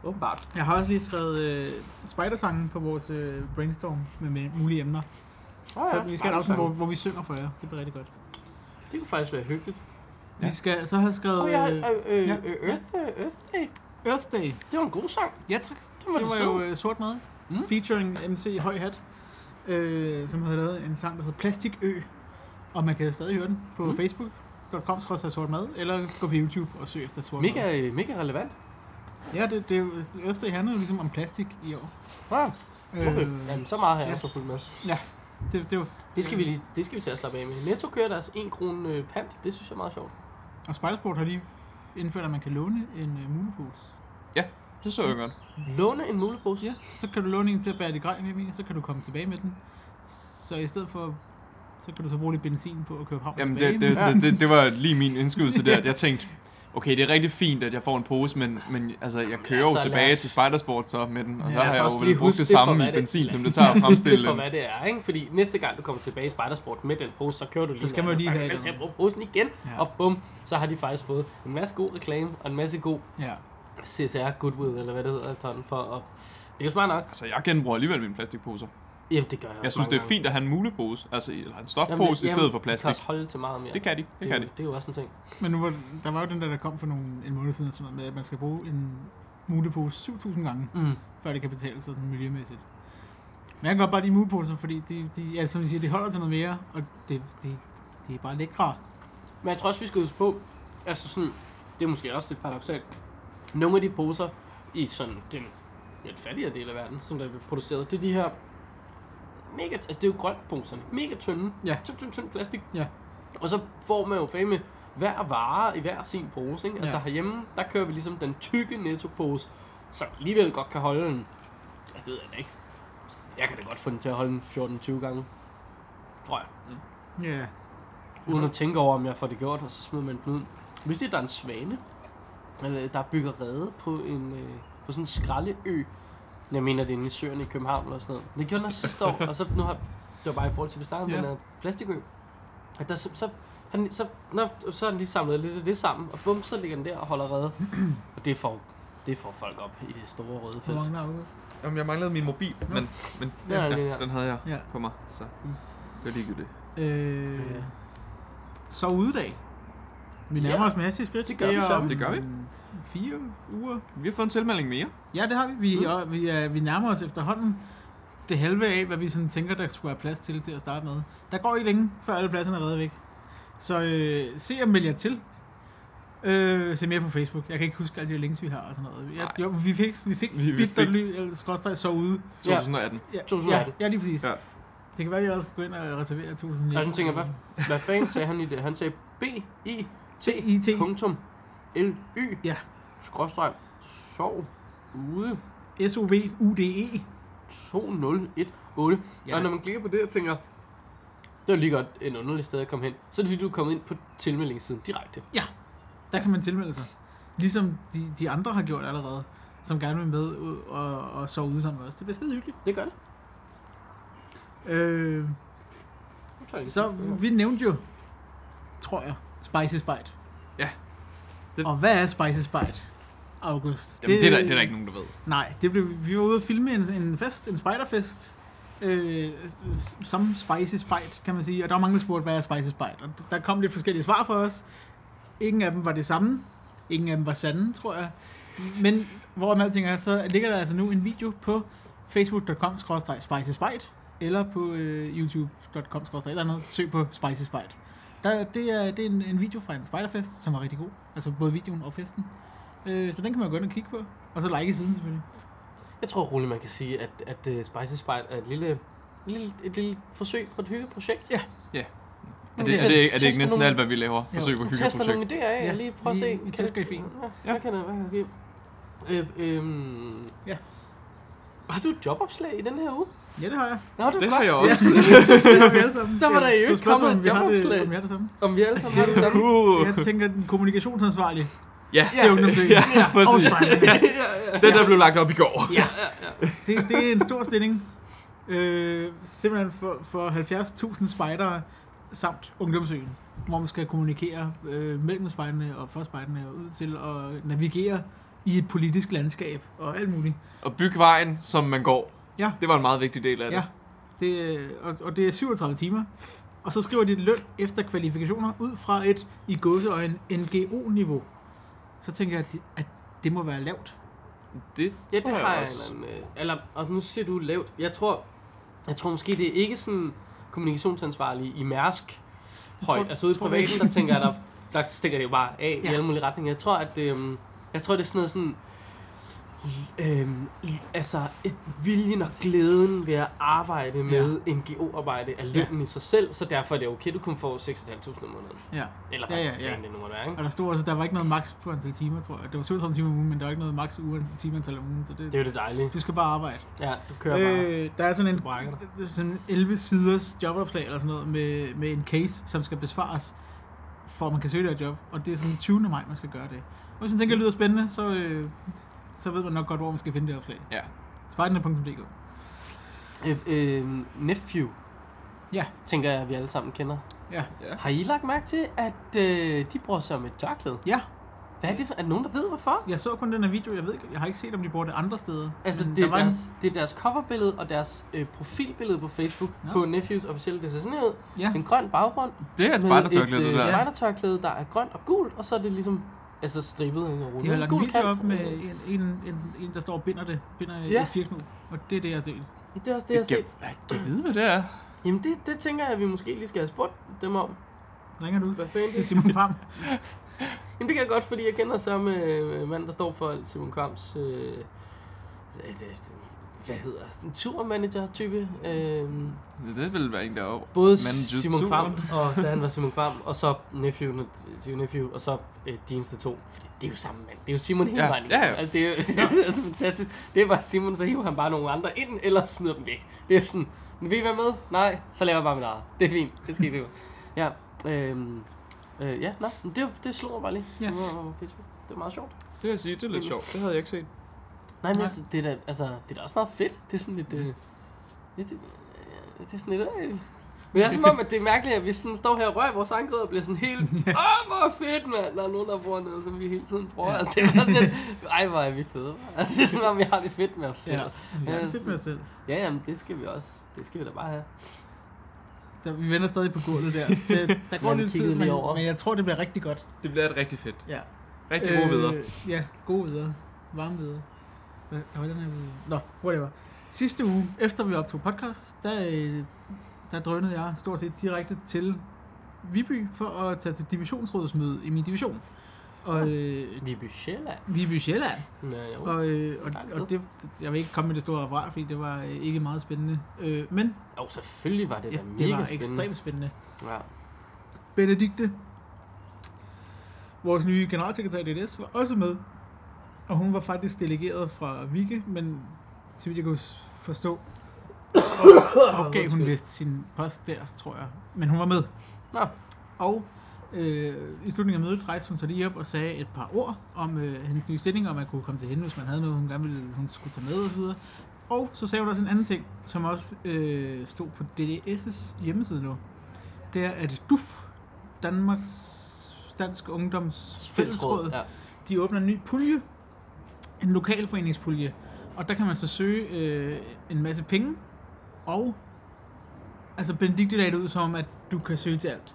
[SPEAKER 2] Åbenbart.
[SPEAKER 4] Jeg har også lige skrevet øh, spidersangen på vores øh, brainstorm med, med mulige emner.
[SPEAKER 2] Oh,
[SPEAKER 4] så vi skal have et afsnit, hvor, hvor vi synger for jer. Det bliver rigtig godt.
[SPEAKER 2] Det kunne faktisk være hyggeligt.
[SPEAKER 4] Ja. Vi skal så have skrevet
[SPEAKER 2] Åh, oh,
[SPEAKER 4] oh,
[SPEAKER 2] ja,
[SPEAKER 4] ja,
[SPEAKER 2] øh, øh,
[SPEAKER 4] ja.
[SPEAKER 2] øh, Earth, øh, Earth Day.
[SPEAKER 4] øh, Earth Day.
[SPEAKER 2] Det var en god sang.
[SPEAKER 4] Ja tak.
[SPEAKER 2] Den var
[SPEAKER 4] Det
[SPEAKER 2] det
[SPEAKER 4] var
[SPEAKER 2] sød.
[SPEAKER 4] jo øh, sort mad.
[SPEAKER 2] Mm.
[SPEAKER 4] Mm. Featuring MC Høj Hat, øh, som havde lavet en sang, der hedder Plastikø. Og man kan stadig høre den på mm. facebook.com sort mad, eller gå på YouTube og søg efter sort mad.
[SPEAKER 2] Mega, øh, mega relevant.
[SPEAKER 4] Ja, det, det, er jo- Earth Day handler jo ligesom om plastik i år.
[SPEAKER 2] Ah, okay.
[SPEAKER 4] Øh,
[SPEAKER 2] Jamen, så meget har jeg
[SPEAKER 4] ja.
[SPEAKER 2] også fuldt med.
[SPEAKER 4] Ja, Det, det var
[SPEAKER 2] Det skal, vi lige, det skal vi tage at slappe af med. Netto kører deres 1 krone øh, pant. Det synes jeg er meget sjovt.
[SPEAKER 4] Og Spejlsport har lige indført, at man kan låne en uh, mulepose.
[SPEAKER 3] Det så jeg godt.
[SPEAKER 2] Låne en mulepose.
[SPEAKER 4] Ja, så kan du låne en til at bære dit grej med, og så kan du komme tilbage med den. Så i stedet for, så kan du så bruge lidt benzin på at købe ham
[SPEAKER 3] Jamen,
[SPEAKER 4] tilbage.
[SPEAKER 3] det, det, det, det, det var lige min indskydelse der. Jeg tænkte, okay, det er rigtig fint, at jeg får en pose, men, men altså, jeg kører
[SPEAKER 2] lad
[SPEAKER 3] jo
[SPEAKER 2] os-
[SPEAKER 3] tilbage til Spidersport så med den, og så
[SPEAKER 2] lad
[SPEAKER 3] har
[SPEAKER 2] os
[SPEAKER 3] jeg
[SPEAKER 2] også
[SPEAKER 3] jo
[SPEAKER 2] lige
[SPEAKER 3] vel brugt
[SPEAKER 2] huske
[SPEAKER 3] det
[SPEAKER 2] det for,
[SPEAKER 3] samme
[SPEAKER 2] hvad
[SPEAKER 3] i
[SPEAKER 2] det-
[SPEAKER 3] benzin, som det tager at
[SPEAKER 2] Det er
[SPEAKER 3] fremstille
[SPEAKER 2] for,
[SPEAKER 3] den.
[SPEAKER 2] hvad det er, ikke? Fordi næste gang du kommer tilbage i Spidersport med den pose, så kører du lige
[SPEAKER 4] skal
[SPEAKER 2] med den,
[SPEAKER 4] man lige
[SPEAKER 2] og så
[SPEAKER 4] have
[SPEAKER 2] kan
[SPEAKER 4] den.
[SPEAKER 2] du til at bruge posen igen,
[SPEAKER 4] Ja.
[SPEAKER 2] ja. og bum, så har de faktisk fået en masse god reklame og en masse god
[SPEAKER 4] Ja.
[SPEAKER 2] CSR goodwill, eller hvad det hedder efterhånden, for at... Det er jo smart nok.
[SPEAKER 3] Altså, jeg genbruger alligevel mine plastikposer.
[SPEAKER 2] Jamen, det gør jeg også
[SPEAKER 3] Jeg synes,
[SPEAKER 2] mange
[SPEAKER 3] det er
[SPEAKER 2] gange.
[SPEAKER 3] fint at have en mulepose, altså eller en
[SPEAKER 2] Jamen, det-
[SPEAKER 3] stofpose i
[SPEAKER 2] jamen,
[SPEAKER 3] stedet for
[SPEAKER 2] De kan
[SPEAKER 3] plastik.
[SPEAKER 2] også holde til meget mere.
[SPEAKER 3] Det kan de, det
[SPEAKER 2] det, er
[SPEAKER 3] kan
[SPEAKER 2] jo,
[SPEAKER 3] de.
[SPEAKER 2] det er jo også en ting.
[SPEAKER 4] Men nu var, der var jo den der, der kom for nogle, en måned siden, sådan noget med, at man skal bruge en mulepose 7.000 gange,
[SPEAKER 2] Mm.
[SPEAKER 4] før det kan betale sig sådan miljømæssigt. Men jeg kan godt bare lide muleposer, fordi de, de, ja, som de siger, de holder til noget mere, og det, de, de er bare lækre.
[SPEAKER 2] Men jeg tror også, vi skal huske på, altså sådan, det er måske også lidt paradoxalt, nogle af de poser i sådan den lidt fattigere del af verden, som der bliver produceret, det er de her mega, altså det er jo grøntposerne, mega tynde,
[SPEAKER 4] Ja.
[SPEAKER 2] tynd, tynd, tynd plastik.
[SPEAKER 4] Ja.
[SPEAKER 2] Og så får man jo fame hver vare i hver sin pose, ikke? Altså
[SPEAKER 4] Ja.
[SPEAKER 2] herhjemme, der kører vi ligesom den tykke nettopose, som alligevel godt kan holde en, jeg ved jeg da ikke, jeg kan da godt få den til at holde en 14-20 gange, tror jeg
[SPEAKER 4] Ja. Yeah.
[SPEAKER 2] uden at tænke over, om jeg får det gjort, og så smider man den ud. Hvis det er, der er en svane, eller der bygger rede på, en, øh, på sådan en skraldeø, jeg mener, det er inde i søerne i København eller sådan noget. Men det gjorde den også sidste år, og så nu har, det var bare i forhold til, at vi startede med
[SPEAKER 4] Ja.
[SPEAKER 2] den her plastikø. At der, så, så, han, så, nå, så har den lige samlet lidt af det sammen, og bum, så ligger den der og holder rede. og det får, det får folk op i det store røde
[SPEAKER 4] Hvor
[SPEAKER 2] felt.
[SPEAKER 4] mange er august?
[SPEAKER 3] Jamen, jeg manglede min mobil, men, men
[SPEAKER 2] Den er Mm. lige her.
[SPEAKER 3] den havde jeg
[SPEAKER 4] Ja.
[SPEAKER 3] på mig, så det er ligegyldigt.
[SPEAKER 4] Øh,
[SPEAKER 2] Ja.
[SPEAKER 4] Så udedag. Vi
[SPEAKER 2] Ja.
[SPEAKER 4] nærmer os med hastige skridt.
[SPEAKER 2] Det gør vi
[SPEAKER 4] er
[SPEAKER 2] så.
[SPEAKER 4] om
[SPEAKER 3] Det gør vi.
[SPEAKER 4] Fire uger.
[SPEAKER 3] Vi har fået en tilmelding mere.
[SPEAKER 4] Ja, det har vi. Vi,
[SPEAKER 2] Mm.
[SPEAKER 4] og vi, er, vi nærmer os efterhånden det halve af, hvad vi sådan tænker, der skulle være plads til til at starte med. Der går ikke længe, før alle pladserne er reddet væk. Så øh, se og meld jer til. Øh, se mere på Facebook. Jeg kan ikke huske alle de links, vi har og sådan noget. Jeg,
[SPEAKER 3] Nej.
[SPEAKER 4] jo, vi fik, vi fik,
[SPEAKER 3] Vi- vi
[SPEAKER 4] bit, der
[SPEAKER 3] fik-
[SPEAKER 4] ly- eller skråstreg så ude.
[SPEAKER 3] 2018.
[SPEAKER 4] Ja,
[SPEAKER 2] 2018.
[SPEAKER 4] Ja, ja, lige præcis. Ja.
[SPEAKER 3] Ja.
[SPEAKER 4] Det kan være, at jeg også skal gå ind og reservere 1000.
[SPEAKER 2] Og sådan tænker jeg, hvad, hvad fanden sagde han i det? Han sagde B-I-T
[SPEAKER 4] IT.
[SPEAKER 2] punktum L-Y
[SPEAKER 4] Ja.
[SPEAKER 2] skråstreg sov ude
[SPEAKER 4] S-O-V-U-D-E.
[SPEAKER 2] 2018.
[SPEAKER 4] Ja.
[SPEAKER 2] Ja. Og når man klikker på det og tænker, det var lige godt en underlig sted at komme hen, så er det fordi, du er kommet ind på tilmeldingssiden direkte.
[SPEAKER 4] Der kan man tilmelde sig. Ligesom de, de andre har gjort allerede, som gerne vil med ud og, og sove ude sammen med os. Det bliver skide hyggeligt.
[SPEAKER 2] Det gør det.
[SPEAKER 4] Øh,
[SPEAKER 2] Nu tager jeg lige
[SPEAKER 4] så
[SPEAKER 2] en kig på
[SPEAKER 4] vi nævnte jo, tror jeg, Spicy Spite.
[SPEAKER 3] Ja.
[SPEAKER 4] Det...
[SPEAKER 3] Det-
[SPEAKER 4] Og hvad er Spicy Spite? August.
[SPEAKER 3] Jamen, det, er der, det er der ikke nogen, der ved.
[SPEAKER 4] Nej, det blev, vi var ude og filme en, en fest, en spiderfest. Øh, s- som Spicy Spite, kan man sige. Og der var mange, der spurgte, hvad er Spicy Spite? Og d- der kom lidt forskellige svar fra os. Ingen af dem var det samme. Ingen af dem var sande, tror jeg. Men hvorom alting er, så ligger der altså nu en video på facebook.com spicy spite eller på øh, youtube.com eller andet. Søg på spicy spite. Der, det er, det er en, en video fra en spiderfest, som var rigtig god. Altså både videoen og festen. Øh, så den kan man gå ind og kigge på. Og så like siden selvfølgelig.
[SPEAKER 2] Jeg tror roligt, man kan sige, at, at uh, Spicy Spite er et lille, et lille, et lille forsøg på et hyggeprojekt.
[SPEAKER 4] Ja.
[SPEAKER 3] Er
[SPEAKER 2] Okay.
[SPEAKER 3] det, er det, er det
[SPEAKER 2] Tester
[SPEAKER 3] ikke næsten
[SPEAKER 2] nogle-
[SPEAKER 3] alt, hvad vi laver? Forsøg på
[SPEAKER 2] Vi tester nogle
[SPEAKER 3] hyggeprojekt.
[SPEAKER 2] idéer af,
[SPEAKER 4] Ja,
[SPEAKER 2] ja. lige prøv at
[SPEAKER 4] vi-
[SPEAKER 2] se.
[SPEAKER 4] vi
[SPEAKER 2] Kan
[SPEAKER 4] tester
[SPEAKER 2] det-
[SPEAKER 4] i fint.
[SPEAKER 2] Ja,
[SPEAKER 3] Ja.
[SPEAKER 2] hvad kan der, hvad kan der give? Øh, øhm,
[SPEAKER 4] Ja.
[SPEAKER 2] Har du et jobopslag i den her uge?
[SPEAKER 4] Ja, det har jeg.
[SPEAKER 2] Nå, det,
[SPEAKER 3] Det
[SPEAKER 2] er
[SPEAKER 3] har
[SPEAKER 2] godt.
[SPEAKER 3] jeg
[SPEAKER 4] Ja,
[SPEAKER 3] også.
[SPEAKER 4] det har vi alle sammen.
[SPEAKER 2] Der var der jo
[SPEAKER 4] Så
[SPEAKER 2] ikke
[SPEAKER 4] spørgsmålet,
[SPEAKER 2] kommet
[SPEAKER 4] om
[SPEAKER 2] et
[SPEAKER 4] vi har det-
[SPEAKER 2] jobopslag.
[SPEAKER 4] Om vi har det samme.
[SPEAKER 2] Om vi alle sammen har det samme.
[SPEAKER 3] Uh.
[SPEAKER 4] Jeg tænker, den kommunikationsansvarlige
[SPEAKER 3] Ja,
[SPEAKER 4] til ungdomsøen.
[SPEAKER 3] ja, præcis.
[SPEAKER 2] ja, ja.
[SPEAKER 3] Den, der blev lagt op i går.
[SPEAKER 4] Ja, det, det er en stor stilling. Øh, simpelthen for, for 70.000 spejdere samt ungdomsøen, hvor man skal kommunikere øh, mellem spejderne og for spejderne og ud til at navigere i et politisk landskab og alt muligt.
[SPEAKER 3] Og bygge vejen, som man går.
[SPEAKER 4] Ja.
[SPEAKER 3] Det var en meget vigtig del af det.
[SPEAKER 4] Ja, det, øh, og, og det er 37 timer. Og så skriver de løn efter kvalifikationer ud fra et i gåseøjne NGO-niveau. Så tænker jeg, at det, at det må være lavt.
[SPEAKER 3] Det,
[SPEAKER 2] Ja,
[SPEAKER 3] tror
[SPEAKER 2] det har jeg.
[SPEAKER 3] også.
[SPEAKER 2] Eller, øh, eller, og nu ser du lavt. Jeg tror, jeg tror måske, det er ikke sådan kommunikationsansvarlig i Mærsk højt.
[SPEAKER 4] tror-
[SPEAKER 2] Altså ude i
[SPEAKER 4] tror jeg
[SPEAKER 2] privaten, der tænker jeg, der, der stikker det jo bare af ja.
[SPEAKER 4] Ja.
[SPEAKER 2] i alle mulige retninger. Jeg tror, at øhm, jeg tror, det er sådan noget sådan øhm, altså et, viljen og glæden ved at arbejde med ja. NGO-arbejde er lønnen ja. i sig selv, så derfor er det okay, du kun får 6.500 om måneden.
[SPEAKER 4] Ja.
[SPEAKER 2] Eller
[SPEAKER 4] Ja,
[SPEAKER 2] hvad ja,
[SPEAKER 4] ja,
[SPEAKER 2] ja,
[SPEAKER 4] ja.
[SPEAKER 2] ja. det nu måtte være, ikke?
[SPEAKER 4] Og der stod også, at der var ikke noget max på antal timer, tror jeg. Det var 37 timer om ugen, men der var ikke noget max ugen, timeantal om ugen, så det,
[SPEAKER 2] Det er jo det dejlige.
[SPEAKER 4] du skal bare arbejde.
[SPEAKER 2] Ja, du kører bare.
[SPEAKER 4] Øh, der er sådan en
[SPEAKER 2] brækker
[SPEAKER 4] det er sådan 11 siders jobopslag eller sådan noget med, med en case, som skal besvares, for at man kan søge det her job. Og det er sådan den 20. maj, man skal gøre det. Og hvis man tænker, at det lyder spændende, så, øh, så ved man nok godt, hvor man skal finde det opslag.
[SPEAKER 3] Ja.
[SPEAKER 4] Spejderne.dk
[SPEAKER 2] Øh, øh, nephew.
[SPEAKER 4] Ja.
[SPEAKER 2] Tænker jeg, at vi alle sammen kender.
[SPEAKER 4] Ja.
[SPEAKER 3] Ja.
[SPEAKER 2] Har I lagt mærke til, at øh, de bruger sig om et tørklæde?
[SPEAKER 4] Ja,
[SPEAKER 2] Hvad er det for? Er der nogen, der ved, hvorfor?
[SPEAKER 4] jeg så kun den her video. Jeg, ved, ikke- jeg har ikke set, om de bruger det andre steder.
[SPEAKER 2] Altså,
[SPEAKER 4] Men
[SPEAKER 2] det
[SPEAKER 4] Mm, der
[SPEAKER 2] er,
[SPEAKER 4] var
[SPEAKER 2] deres, det er deres coverbillede og deres øh, profilbillede på Facebook
[SPEAKER 4] Nå.
[SPEAKER 2] ja. på Nephews officielle. Det ser sådan her ud.
[SPEAKER 4] En, ja.
[SPEAKER 2] En grøn baggrund.
[SPEAKER 3] Det er et
[SPEAKER 2] med
[SPEAKER 3] spejdertørklæde, det
[SPEAKER 2] øh,
[SPEAKER 3] der.
[SPEAKER 2] spejdertørklæde, der er grøn og gul, og så er det ligesom altså stribet ind og
[SPEAKER 4] De
[SPEAKER 2] rullet.
[SPEAKER 4] har
[SPEAKER 2] En
[SPEAKER 4] lagt en
[SPEAKER 2] gul
[SPEAKER 4] video
[SPEAKER 2] kant.
[SPEAKER 4] op med en, en, en, en, der står og binder det, binder ja.
[SPEAKER 2] Ja.
[SPEAKER 4] en firknud, og det er det, jeg har set.
[SPEAKER 2] Det er også det, jeg har set.
[SPEAKER 3] Kan jeg vide, hvad det er?
[SPEAKER 2] Jamen, det, det tænker jeg, at vi måske lige skal have spurgt dem om.
[SPEAKER 4] Ringer du
[SPEAKER 2] Hvad fanden det
[SPEAKER 4] til Simon Fram?
[SPEAKER 2] Jamen, det kan jeg godt, fordi jeg kender samme øh, mand, der står for alt Simon Kvams... Øh, øh, det- hvad hedder sådan en turmanager-type. Øh,
[SPEAKER 3] Det ville være en, der er over.
[SPEAKER 2] både
[SPEAKER 3] Manjutsu.
[SPEAKER 2] Simon Kvam, og da han var Simon Kvam, og så Nephew, Tio Nephew, og så øh, de eneste to. Fordi det er jo samme mand. Det er jo Simon hele
[SPEAKER 3] Ja,
[SPEAKER 2] vejen.
[SPEAKER 3] ja, ja.
[SPEAKER 2] Altså, det er jo altså, fantastisk. Det er bare Simon, så hiver han bare nogle andre ind, eller smider dem væk. Det er sådan, men vil I være med? Nej, så laver jeg bare mit eget. Det er fint. Det skal I leve. Ja, øhm, øh, ja, nej, men det, det slog mig bare lige.
[SPEAKER 4] Ja.
[SPEAKER 2] Det var på Facebook. Det var meget sjovt.
[SPEAKER 3] Det vil jeg sige, det er lidt
[SPEAKER 2] Mm.
[SPEAKER 3] sjovt. Det havde jeg ikke set.
[SPEAKER 2] Nej, men
[SPEAKER 4] Nej.
[SPEAKER 2] altså, det, er da, altså, det er da også meget fedt. Det er sådan lidt... Øh, lidt øh, det er sådan lidt... Øh. Men det er som om, at det er mærkeligt, at vi sådan står her og rører vores egen grød og bliver sådan helt... Åh, hvor fedt, mand! Der er nogen, der bruger noget, som vi hele tiden bruger.
[SPEAKER 4] Ja.
[SPEAKER 2] Ja. Altså, det er bare sådan lidt... Ej, hvor er vi fede. hva'?" Altså, det er som om, vi har det fedt med os selv.
[SPEAKER 4] Ja,
[SPEAKER 2] Ja,
[SPEAKER 4] jeg har set mig selv.
[SPEAKER 2] ja jamen, det skal vi også. Det skal vi da bare have.
[SPEAKER 4] Der, vi vender stadig på gulvet der. Det, der går
[SPEAKER 2] Man
[SPEAKER 4] lidt tid,
[SPEAKER 2] kiggede
[SPEAKER 4] men,
[SPEAKER 2] lige over.
[SPEAKER 4] men jeg tror, det bliver rigtig godt.
[SPEAKER 3] Det bliver et rigtig fedt.
[SPEAKER 4] Ja.
[SPEAKER 3] Rigtig gode videre.
[SPEAKER 4] Ja, gode videre. Varme videre. Hvad der var den her videre? Nå, whatever. Sidste uge, efter vi optog podcast, der, øh, der drønede jeg stort set direkte til Viby for at tage til divisionsrådsmøde i min division. Og øh,
[SPEAKER 2] Vi er på Sjælland.
[SPEAKER 4] Viby Sjælland.
[SPEAKER 2] Nå, jo.
[SPEAKER 4] Og, øh, og,
[SPEAKER 2] Dejligt
[SPEAKER 4] og det, jeg vil ikke komme med det store referat, fordi det var øh, ikke meget spændende. Øh, men
[SPEAKER 2] Jo, selvfølgelig var det
[SPEAKER 4] ja,
[SPEAKER 2] da mega
[SPEAKER 4] det var
[SPEAKER 2] spændende.
[SPEAKER 4] ekstremt spændende.
[SPEAKER 2] Ja.
[SPEAKER 4] Benedikte, vores nye generalsekretær i DDS, var også med. Og hun var faktisk delegeret fra Vike, men så vidt jeg kunne s- forstå, opgav hun
[SPEAKER 2] Undskyld.
[SPEAKER 4] vist sin post der, tror jeg. Men hun var med.
[SPEAKER 2] Nå.
[SPEAKER 4] Og øh, i slutningen af mødet rejste hun så lige op og sagde et par ord om øh, hendes nye stilling, om at kunne komme til hende, hvis man havde noget, hun gerne ville, hun skulle tage med osv. Og så sagde hun også en anden ting, som også øh, stod på DDS' hjemmeside nu. Det er, at DUF, Danmarks Dansk Ungdoms Fællesråd,
[SPEAKER 2] Ja.
[SPEAKER 4] de åbner en ny pulje, en lokalforeningspulje, og der kan man så søge øh, en masse penge, og altså Benedikte lagde det ud som, om, at du kan søge til alt.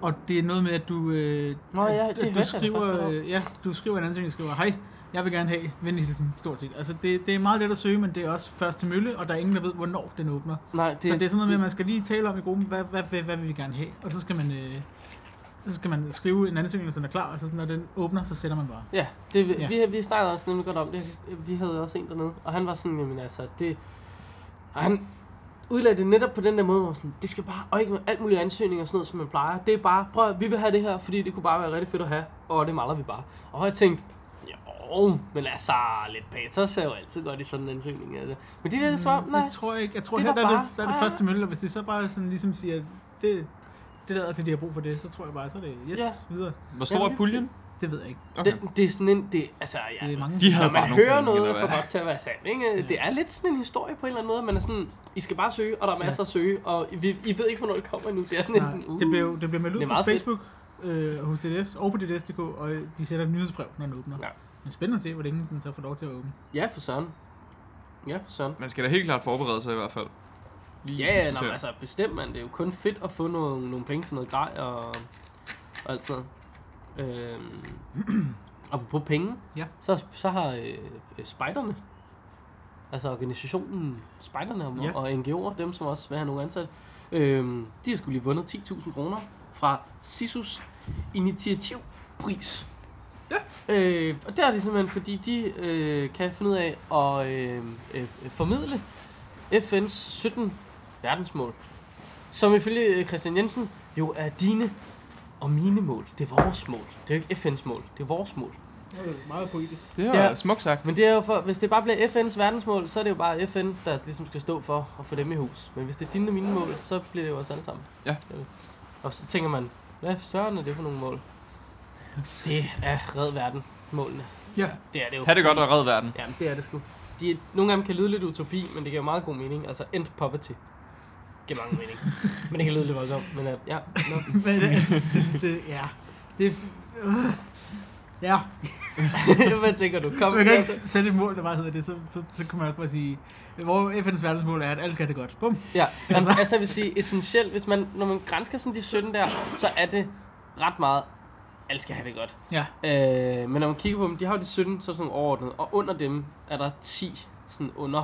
[SPEAKER 4] Og det er noget med, at du, øh,
[SPEAKER 2] Nå ja, det
[SPEAKER 4] at
[SPEAKER 2] hørte jeg
[SPEAKER 4] du
[SPEAKER 2] da faktisk
[SPEAKER 4] skriver,
[SPEAKER 2] godt om.
[SPEAKER 4] øh, ja, du skriver en ansøgning, og skriver, hej, jeg vil gerne have venlighedsen, stort set. Altså det, det er meget let at søge, men det er også først til mølle, og der er ingen, der ved, hvornår den åbner.
[SPEAKER 2] Nej, det,
[SPEAKER 4] Det, så det er sådan noget med, at man skal lige tale om i gruppen, hvad, hvad, hvad, hvad vil vi gerne have? Og så skal man, øh, så skal man skrive en ansøgning, så den er klar, og så når den åbner, så sætter man bare.
[SPEAKER 2] Ja, det,
[SPEAKER 4] Ja.
[SPEAKER 2] ja. Vi, vi snakkede også nemlig godt om det. Vi havde også en dernede, og han var sådan, jamen altså, det... Og han udlagde det netop på den der måde, hvor sådan, det skal bare, og ikke med alt muligt ansøgninger og sådan noget, som man plejer. Det er bare, prøv at- vi vil have det her, fordi det kunne bare være rigtig fedt at have, og det maler vi bare. Og jeg tænkte, jo, men altså, lidt patos er jo altid godt i sådan en ansøgning. Altså. Men det er så, nej,
[SPEAKER 4] Mm, Det tror jeg ikke. Jeg tror
[SPEAKER 2] Det
[SPEAKER 4] her,
[SPEAKER 2] var
[SPEAKER 4] der, er
[SPEAKER 2] bare-
[SPEAKER 4] det, der er det
[SPEAKER 2] ah.
[SPEAKER 4] første mølle, og hvis det så bare sådan ligesom siger, det, det lader til, at de har brug for det, så tror jeg bare, så er det yes,
[SPEAKER 2] Ja.
[SPEAKER 4] videre.
[SPEAKER 3] Hvor stor
[SPEAKER 2] Jamen,
[SPEAKER 3] er
[SPEAKER 2] lige
[SPEAKER 3] puljen?
[SPEAKER 4] Det ved jeg ikke.
[SPEAKER 3] Okay.
[SPEAKER 2] det, det, er sådan en, det, altså, ja,
[SPEAKER 4] Det er mange.
[SPEAKER 3] De
[SPEAKER 2] Når
[SPEAKER 3] havde bare
[SPEAKER 2] man
[SPEAKER 3] nogle
[SPEAKER 2] hører
[SPEAKER 3] penge,
[SPEAKER 2] noget,
[SPEAKER 3] eller
[SPEAKER 2] der er for
[SPEAKER 3] hvad?
[SPEAKER 2] godt til at være sandt, ikke? Det er lidt sådan en historie på en eller anden måde. Man er sådan, I skal bare søge, og der er
[SPEAKER 4] Ja.
[SPEAKER 2] masser at søge, og vi, I ved ikke, hvornår det kommer endnu. Det er sådan en... "Uh,
[SPEAKER 4] Nej, det blev, det blev meldt
[SPEAKER 2] Det
[SPEAKER 4] ud
[SPEAKER 2] er
[SPEAKER 4] på
[SPEAKER 2] meget fedt.
[SPEAKER 4] Facebook, øh, hos DDS og på DDS.dk, og øh, de sætter et nyhedsbrev, når den åbner.
[SPEAKER 2] Ja.
[SPEAKER 4] Men spændende at se, hvor længe den så får lov til at åbne.
[SPEAKER 2] Ja, for søren. Ja, for søren.
[SPEAKER 3] Man skal da helt klart forberede sig i hvert fald. Lige
[SPEAKER 2] Ja, ja, nå,
[SPEAKER 3] diskutere.
[SPEAKER 2] men altså bestemt, man. Det er jo kun fedt at få nogle, nogle penge til noget grej og, og alt sådan noget. Øhm, og på penge,
[SPEAKER 4] Ja.
[SPEAKER 2] så, så har øh, øh, spejderne, altså organisationen spejderne og,
[SPEAKER 4] Ja.
[SPEAKER 2] ja. og NGO'er, dem som også vil have nogle ansatte, øhm, de har skulle lige vundet 10.000 kroner fra SISUS initiativpris. Øh, og der er det simpelthen, fordi de øh, kan finde ud af at øh, øh, formidle FN's 17 verdensmål, som ifølge øh, Christian Jensen jo er dine og mine mål. Det er vores mål. Det er jo ikke FN's mål. Det er vores mål.
[SPEAKER 5] Det er meget poetisk.
[SPEAKER 3] Det er
[SPEAKER 2] Ja.
[SPEAKER 3] ja. smukt sagt.
[SPEAKER 2] Men det er jo for, hvis det bare bliver FN's verdensmål, så er det jo bare FN, der ligesom skal stå for at få dem i hus. Men hvis det er dine og mine mål, så bliver det jo os alle sammen.
[SPEAKER 3] Ja.
[SPEAKER 2] Og så tænker man, hvad søren er det for nogle mål? Det er red verden, målene.
[SPEAKER 3] Ja.
[SPEAKER 2] Det er det jo.
[SPEAKER 3] Ha' det godt og red verden.
[SPEAKER 2] Ja, det er det sgu. De, nogle af dem kan lyde lidt utopi, men det giver meget god mening. Altså, end poverty. Giver mange mening. men det kan lyde lidt voldsomt, men øh, ja, no.
[SPEAKER 4] Men, øh, det, ja. Det, øh, ja,
[SPEAKER 2] Hvad tænker du? Kom,
[SPEAKER 4] man kan ikke
[SPEAKER 2] altså.
[SPEAKER 4] sætte et mål, der bare hedder det, så, så, så kan man også bare sige, hvor FN's verdensmål er, at alle skal have det godt. Bum.
[SPEAKER 2] Ja, altså, altså jeg vil sige, essentielt, hvis man, når man grænsker sådan de 17 der, så er det ret meget, alle skal have det godt.
[SPEAKER 4] Ja.
[SPEAKER 2] Øh, men når man kigger på dem, de har jo de 17, så sådan overordnet, og under dem er der 10 sådan under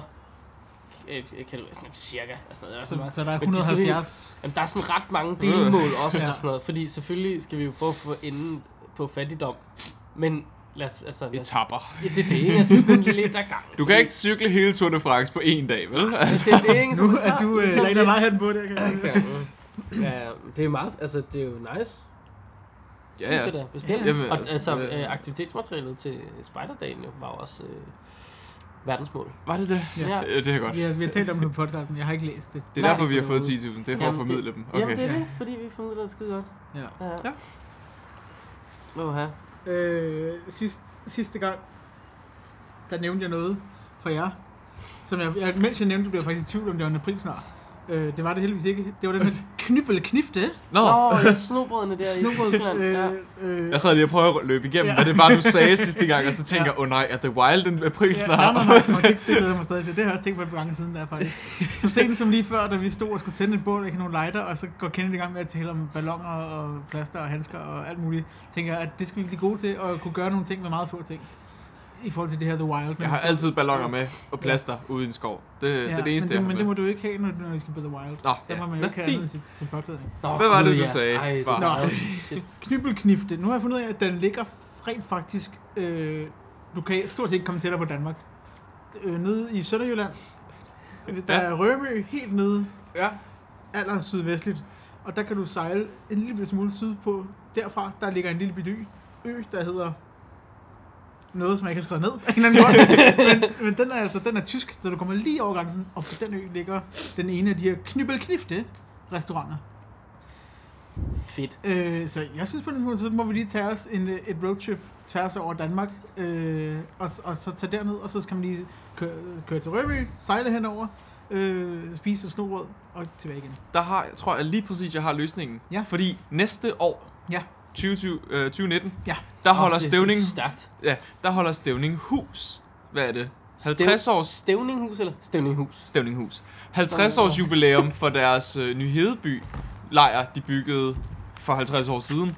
[SPEAKER 2] øh, kategorier, sådan cirka, og sådan noget.
[SPEAKER 4] Så,
[SPEAKER 2] Så,
[SPEAKER 4] så der er
[SPEAKER 2] Men de er sådan
[SPEAKER 4] 170.
[SPEAKER 2] Jamen, der er sådan ret mange
[SPEAKER 3] Øh.
[SPEAKER 2] delmål også,
[SPEAKER 4] Ja.
[SPEAKER 2] ja. og sådan noget, fordi selvfølgelig skal vi jo prøve at få enden på fattigdom, men lad os, altså, lad os,
[SPEAKER 3] Etapper.
[SPEAKER 2] ja, det er det, ikke? Altså, sådan lidt ad gangen.
[SPEAKER 3] Du kan ikke cykle hele Tour de France på én dag, vel?
[SPEAKER 2] Altså, det er det, ikke? Så
[SPEAKER 4] Nu
[SPEAKER 2] man
[SPEAKER 4] er
[SPEAKER 2] tager-
[SPEAKER 4] du øh,
[SPEAKER 2] så
[SPEAKER 4] lægger meget hen på det. Kan jeg
[SPEAKER 2] Ja, ja, det er meget, altså det er jo nice, ja, ja. synes jeg da, bestemt.
[SPEAKER 3] Jamen,
[SPEAKER 2] og
[SPEAKER 3] altså,
[SPEAKER 2] altså,
[SPEAKER 3] det-
[SPEAKER 2] øh, aktivitetsmaterialet til Spejderdagen jo var jo også øh, verdensmål.
[SPEAKER 3] Var det det?
[SPEAKER 4] Ja.
[SPEAKER 2] Ja.
[SPEAKER 3] Ja, det er godt.
[SPEAKER 4] Vi har, vi har talt om det på podcasten, jeg har ikke læst det.
[SPEAKER 3] Det er
[SPEAKER 2] Nej.
[SPEAKER 3] derfor, vi har fået 10.000. Det er for at
[SPEAKER 2] Jamen,
[SPEAKER 3] formidle
[SPEAKER 2] det-
[SPEAKER 3] dem.
[SPEAKER 2] Okay. Jamen det er
[SPEAKER 4] Ja.
[SPEAKER 2] det, fordi vi formidler det skide godt.
[SPEAKER 4] Ja.
[SPEAKER 2] Ja.
[SPEAKER 3] Ja.
[SPEAKER 2] Oha.
[SPEAKER 4] Øh, sidst, sidste gang, der nævnte jeg noget for jer. Som jeg, jeg, mens jeg nævnte, det, blev jeg faktisk i tvivl, om det var en aprilsnar. Øh, det var det heldigvis ikke. Det var den her knyppelknifte.
[SPEAKER 3] Nå,
[SPEAKER 2] Nå, ja, snobrødene der i
[SPEAKER 4] Snobrød,
[SPEAKER 2] Tyskland. Ja.
[SPEAKER 4] øh,
[SPEAKER 3] jeg sad lige og prøvede at løbe igennem,
[SPEAKER 4] Ja.
[SPEAKER 3] hvad det var, du sagde sidste gang, og så tænker jeg, åh nej, er The Wild en april
[SPEAKER 4] Ja,
[SPEAKER 3] snart?
[SPEAKER 4] nej, nej, nej, det, det glæder jeg mig stadig til. Det har jeg også tænkt på et par gange siden der, faktisk. Så sent som lige før, da vi stod og skulle tænde et bål, ikke nogle lighter, og så går Kenneth i gang med at tale om balloner og plaster og handsker og alt muligt, tænker jeg, at det skal vi blive gode til, og kunne gøre nogle ting med meget få ting. I forhold til det her The Wild.
[SPEAKER 3] Jeg har altid ballonger med og plaster ude i en skov. Det, det er det
[SPEAKER 4] men,
[SPEAKER 3] eneste, jeg
[SPEAKER 4] det,
[SPEAKER 3] har
[SPEAKER 4] men
[SPEAKER 3] med.
[SPEAKER 4] det må du ikke have, når, når I skal på The Wild.
[SPEAKER 3] Nå,
[SPEAKER 4] Der
[SPEAKER 3] ja.
[SPEAKER 4] må man jo
[SPEAKER 3] Nå,
[SPEAKER 4] ikke have
[SPEAKER 3] fint.
[SPEAKER 4] andet til, til påklædning.
[SPEAKER 2] Nå,
[SPEAKER 3] Hvad var
[SPEAKER 2] gud,
[SPEAKER 3] det, du
[SPEAKER 2] ja.
[SPEAKER 3] sagde?
[SPEAKER 2] Ej, det
[SPEAKER 3] Var-
[SPEAKER 2] var
[SPEAKER 4] Nå.
[SPEAKER 2] meget shit.
[SPEAKER 4] Knyppelknifte. Nu har jeg fundet ud af, at den ligger rent faktisk... Øh, du kan stort set ikke komme tættere på Danmark. Øh, nede i Sønderjylland. Der
[SPEAKER 3] Ja.
[SPEAKER 4] er Rømø helt nede
[SPEAKER 3] Ja.
[SPEAKER 4] aller sydvestligt. Og der kan du sejle en lille bitte smule sydpå. Derfra, der ligger en lille bitte ø, ø der hedder noget, som jeg ikke har skrevet ned. af en eller anden grund. men, men den er altså den er tysk, så du kommer lige over grænsen, og på den ø ligger den ene af de her knyppelknifte restauranter.
[SPEAKER 2] Fedt.
[SPEAKER 4] Øh, så jeg synes på den måde, så må vi lige tage os en, øh, et roadtrip tværs over Danmark, øh, og, og så tage derned, og så skal man lige køre, køre til Røby, sejle henover, øh, spise et snobrød, og tilbage igen.
[SPEAKER 3] Der har, jeg tror jeg lige præcis, jeg har løsningen.
[SPEAKER 4] Ja.
[SPEAKER 3] Fordi næste år,
[SPEAKER 4] Ja.
[SPEAKER 3] 2020, øh, 2019,
[SPEAKER 4] Ja.
[SPEAKER 3] der,
[SPEAKER 2] Nå,
[SPEAKER 3] holder
[SPEAKER 2] det er
[SPEAKER 3] stævning,
[SPEAKER 2] Stærkt.
[SPEAKER 3] ja, der holder Stævning hus. Hvad er det?
[SPEAKER 2] Stæv-
[SPEAKER 3] 50 års
[SPEAKER 2] Stævninghus, eller? Stævninghus.
[SPEAKER 3] Stævninghus. 50 års jubilæum for deres øh, nye Hedeby lejr, de byggede for 50 år siden,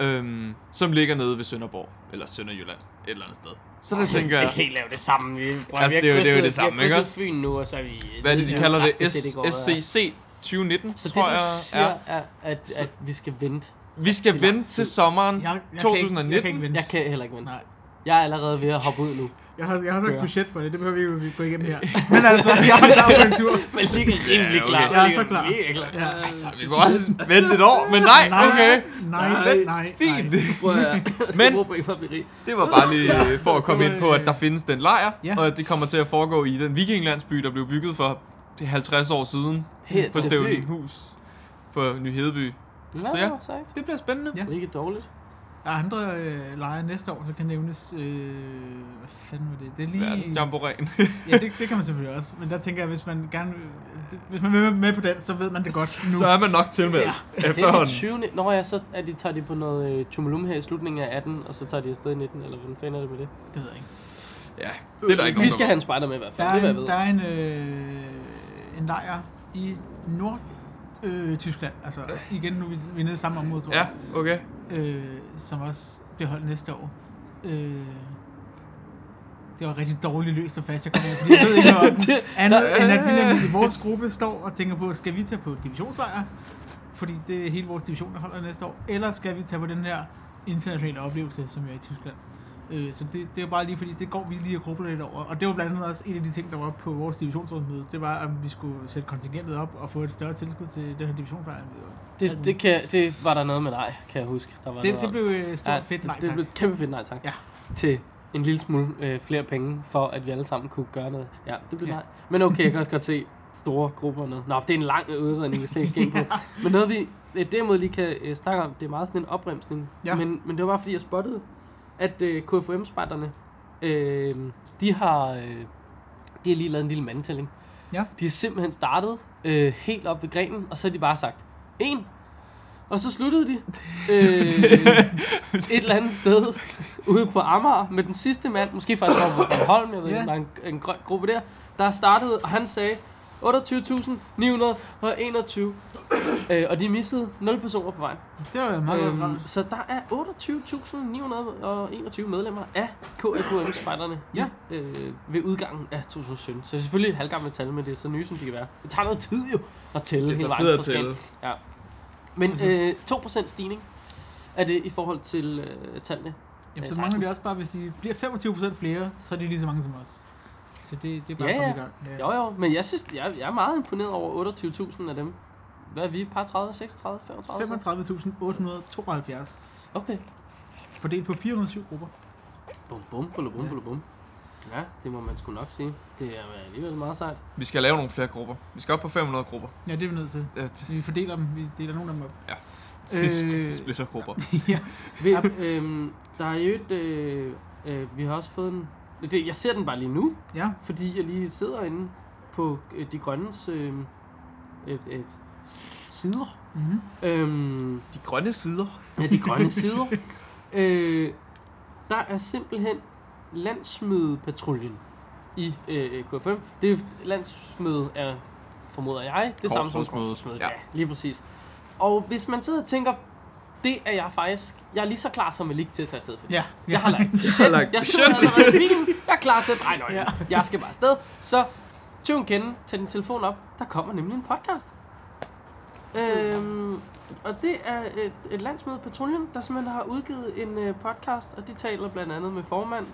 [SPEAKER 3] øhm, som ligger nede ved Sønderborg, eller Sønderjylland, et eller andet sted. Så der tænker
[SPEAKER 2] Det
[SPEAKER 3] jeg,
[SPEAKER 2] er helt lavet det samme. Vi, prøv,
[SPEAKER 3] Altså, det er jo- det er jo det samme,
[SPEAKER 2] Vi
[SPEAKER 3] ikke
[SPEAKER 2] har
[SPEAKER 3] også?
[SPEAKER 2] krydset Fyn nu, og så er vi...
[SPEAKER 3] hvad er det, de
[SPEAKER 2] nede i
[SPEAKER 3] kalder
[SPEAKER 2] Irak,
[SPEAKER 3] det?
[SPEAKER 2] hvis
[SPEAKER 3] S-
[SPEAKER 2] går, ja.
[SPEAKER 3] SCC 2019,
[SPEAKER 2] Så det,
[SPEAKER 3] tror
[SPEAKER 2] du
[SPEAKER 3] jeg.
[SPEAKER 2] siger,
[SPEAKER 3] Ja.
[SPEAKER 2] er, at,
[SPEAKER 3] Så-
[SPEAKER 2] at vi skal vente.
[SPEAKER 3] Vi skal
[SPEAKER 2] Det er lang
[SPEAKER 3] vente
[SPEAKER 2] tid.
[SPEAKER 3] til sommeren.
[SPEAKER 4] Jeg, jeg Kan ikke, jeg kan ikke
[SPEAKER 3] 2019?
[SPEAKER 4] vente.
[SPEAKER 2] Jeg kan heller ikke vente.
[SPEAKER 4] Nej.
[SPEAKER 2] Jeg er allerede ved at hoppe ud nu.
[SPEAKER 4] Jeg har, jeg har nok
[SPEAKER 2] Kører.
[SPEAKER 4] budget for det, det behøver vi jo ikke gå igennem her. Men altså, jeg er klar på en tur.
[SPEAKER 2] Men det er rimelig
[SPEAKER 3] Ja, okay.
[SPEAKER 2] klar.
[SPEAKER 4] Jeg er så klar.
[SPEAKER 2] Mega klar.
[SPEAKER 4] Ja.
[SPEAKER 3] Altså, vi kunne også vente et år, men nej, okay.
[SPEAKER 4] Nej, nej,
[SPEAKER 3] Vent,
[SPEAKER 4] nej.
[SPEAKER 3] Fint.
[SPEAKER 2] Prøv at jeg skal
[SPEAKER 3] Men-
[SPEAKER 2] bruge begge papiri.
[SPEAKER 3] Det var bare lige øh, for at komme ind på, at der findes den lejr,
[SPEAKER 4] Ja.
[SPEAKER 3] og at det kommer til at foregå i den vikinglandsby, der blev bygget for 50 år siden
[SPEAKER 2] Her
[SPEAKER 3] på
[SPEAKER 2] til
[SPEAKER 3] Stævninghus på Ny Hedeby.
[SPEAKER 2] Nå,
[SPEAKER 3] Så
[SPEAKER 2] så
[SPEAKER 3] ja.
[SPEAKER 2] ja.
[SPEAKER 3] Det bliver spændende.
[SPEAKER 4] Ja.
[SPEAKER 2] Ikke dårligt.
[SPEAKER 4] Der er andre øh, lejre næste år, så kan nævnes... Øh, hvad fanden var det? Det er
[SPEAKER 3] Verdens
[SPEAKER 4] lige...
[SPEAKER 3] jamboren.
[SPEAKER 4] Ja, det, det kan man selvfølgelig også. Men der tænker jeg, hvis man gerne... øh, Hvis man vil med på den, så ved man det godt nu.
[SPEAKER 3] Så er man nok tilmeldt ja.
[SPEAKER 2] Det er den
[SPEAKER 3] efterhånden.
[SPEAKER 2] 20. Nå ja, så er de, tager de på noget øh, tumulum her i slutningen af 18, og så tager de afsted i 19, eller hvordan fanden er det med det?
[SPEAKER 4] Det ved jeg ikke.
[SPEAKER 3] Ja, det er der ikke
[SPEAKER 2] Vi
[SPEAKER 3] nogen,
[SPEAKER 2] skal
[SPEAKER 3] der
[SPEAKER 2] have en spejder med i hvert
[SPEAKER 4] Der
[SPEAKER 2] fald, det
[SPEAKER 4] er
[SPEAKER 2] vil jeg
[SPEAKER 4] en,
[SPEAKER 2] ved.
[SPEAKER 4] der er en, øh, en lejr i Nord... Øh, Tyskland, altså igen nu er vi- vi er nede i samme område, tror
[SPEAKER 3] ved. Ja,
[SPEAKER 4] jeg,
[SPEAKER 3] okay.
[SPEAKER 4] øh, som også bliver holdt næste år. Øh, det var rigtig dårligt løst og fast, jeg kommer fordi jeg ved ikke noget om den. andet, end at vi nemlig i vores gruppe står og tænker på, skal vi tage på divisionslejr? Fordi det er hele vores division, der holder næste år. Eller skal vi tage på den her internationale oplevelse, som jeg er i Tyskland. Øh, så det, det er bare lige fordi, det går vi lige og grubler lidt over. Og det var blandt andet også en af de ting, der var på vores divisionsrådsmøde. Det var, om vi skulle sætte kontingentet op og få et større tilskud til den her divisionsfejring.
[SPEAKER 2] Det, det, kan, det var der noget med nej, kan jeg huske. Der var
[SPEAKER 4] Det,
[SPEAKER 2] noget
[SPEAKER 4] det
[SPEAKER 2] om.
[SPEAKER 4] blev øh, stort fedt. Nej,
[SPEAKER 2] det, det
[SPEAKER 4] tak.
[SPEAKER 2] blev kæmpe fedt nej tak.
[SPEAKER 4] Ja.
[SPEAKER 2] Til en lille smule øh, flere penge, for at vi alle sammen kunne gøre noget. Ja, det blev
[SPEAKER 4] Ja.
[SPEAKER 2] ja. nej. Men okay, jeg kan også godt se store grupper og noget. Nå, det er en lang øh, udredning, vi slet ikke gik på. Men noget vi øh, derimod lige kan øh, snakke om, det er meget sådan en opremsning.
[SPEAKER 4] Ja.
[SPEAKER 2] Men, men det var bare fordi, jeg spottede, at øh, KFUM-spejderne, øh, de har øh, de har lige lavet en lille mandtælling.
[SPEAKER 4] Ja.
[SPEAKER 2] De har simpelthen startet øh, helt op ved grenen, og så har de bare sagt, en, og så sluttede de øh, et eller andet sted ude på Amager med den sidste mand, måske faktisk over på Holm, jeg ved
[SPEAKER 4] Ja.
[SPEAKER 2] ikke, om der er en, en grøn gruppe der, der startede, og han sagde 28.921, øh, og de missede 0 personer på vejen.
[SPEAKER 4] Det var meget godt.
[SPEAKER 2] Øhm,
[SPEAKER 4] program.
[SPEAKER 2] så der er 28.921 medlemmer af KFUM-spejderne
[SPEAKER 4] Ja.
[SPEAKER 2] øh, ved udgangen af 2017. Så det er selvfølgelig halvgamle tal, men det er så nye, som de kan være. Det tager noget tid jo at tælle
[SPEAKER 3] Det
[SPEAKER 2] hele vejen
[SPEAKER 3] tager tid at
[SPEAKER 2] fra Skagen.
[SPEAKER 3] tælle. Altså-
[SPEAKER 2] Men øh, 2% stigning er det i forhold til øh, tallene.
[SPEAKER 4] Jamen,
[SPEAKER 2] øh,
[SPEAKER 4] så mangler
[SPEAKER 2] 16.
[SPEAKER 4] de også bare, hvis de bliver 25% flere, så er de lige så mange som os. Så det, det er bare
[SPEAKER 2] Ja,
[SPEAKER 4] at komme
[SPEAKER 2] ja.
[SPEAKER 4] i gang. Ja.
[SPEAKER 2] Jo jo, men jeg synes, jeg, jeg er meget imponeret over 28.000 af dem. Hvad er vi? Par 30, 36, 35?
[SPEAKER 4] 35.872
[SPEAKER 2] Okay.
[SPEAKER 4] fordelt på 407 grupper.
[SPEAKER 2] Bum bum, bum bum, bum bum. Ja, det må man sgu nok sige. Det er alligevel meget sejt.
[SPEAKER 3] Vi skal lave nogle flere grupper. Vi skal op på 500 grupper.
[SPEAKER 4] Ja, det er vi nødt til.
[SPEAKER 3] Ja, det-
[SPEAKER 4] Vi fordeler dem, vi deler nogle af dem op.
[SPEAKER 3] sp-
[SPEAKER 4] Øh.
[SPEAKER 3] Splitter grupper.
[SPEAKER 4] ja.
[SPEAKER 2] Ved, øhm, der er jo et, øh, øh, vi har også fået en, det, jeg ser den bare lige nu,
[SPEAKER 4] ja.
[SPEAKER 2] fordi jeg lige sidder inde på øh, De Grønnes øh, øh, øh, s- sider.
[SPEAKER 4] Mm-hmm.
[SPEAKER 2] Øhm,
[SPEAKER 3] De grønne sider.
[SPEAKER 2] Ja, de grønne sider. øh, der er simpelthen landsmødepatruljen i øh, KFM. Det er landsmøde er, formoder jeg, det samme som
[SPEAKER 3] Korpsrådsmødet.
[SPEAKER 2] korpsrådsmødet. Ja.
[SPEAKER 3] Ja.
[SPEAKER 2] ja, lige præcis. Og hvis man sidder og tænker, det er jeg faktisk, jeg er lige så klar som jeg lige til at tage afsted på det.
[SPEAKER 4] ja.
[SPEAKER 2] Jeg har lagt
[SPEAKER 3] har
[SPEAKER 2] budget.
[SPEAKER 3] lagt
[SPEAKER 2] Jeg sidder allerede i bilen. Jeg er klar til at dreje nøglen.
[SPEAKER 4] Ja.
[SPEAKER 2] Jeg skal bare afsted. Så tøv kende. Tag din telefon op. Der kommer nemlig en podcast. Øhm, og det er et, et landsmøde patruljen, der simpelthen har udgivet en øh, podcast, og de taler blandt andet med formand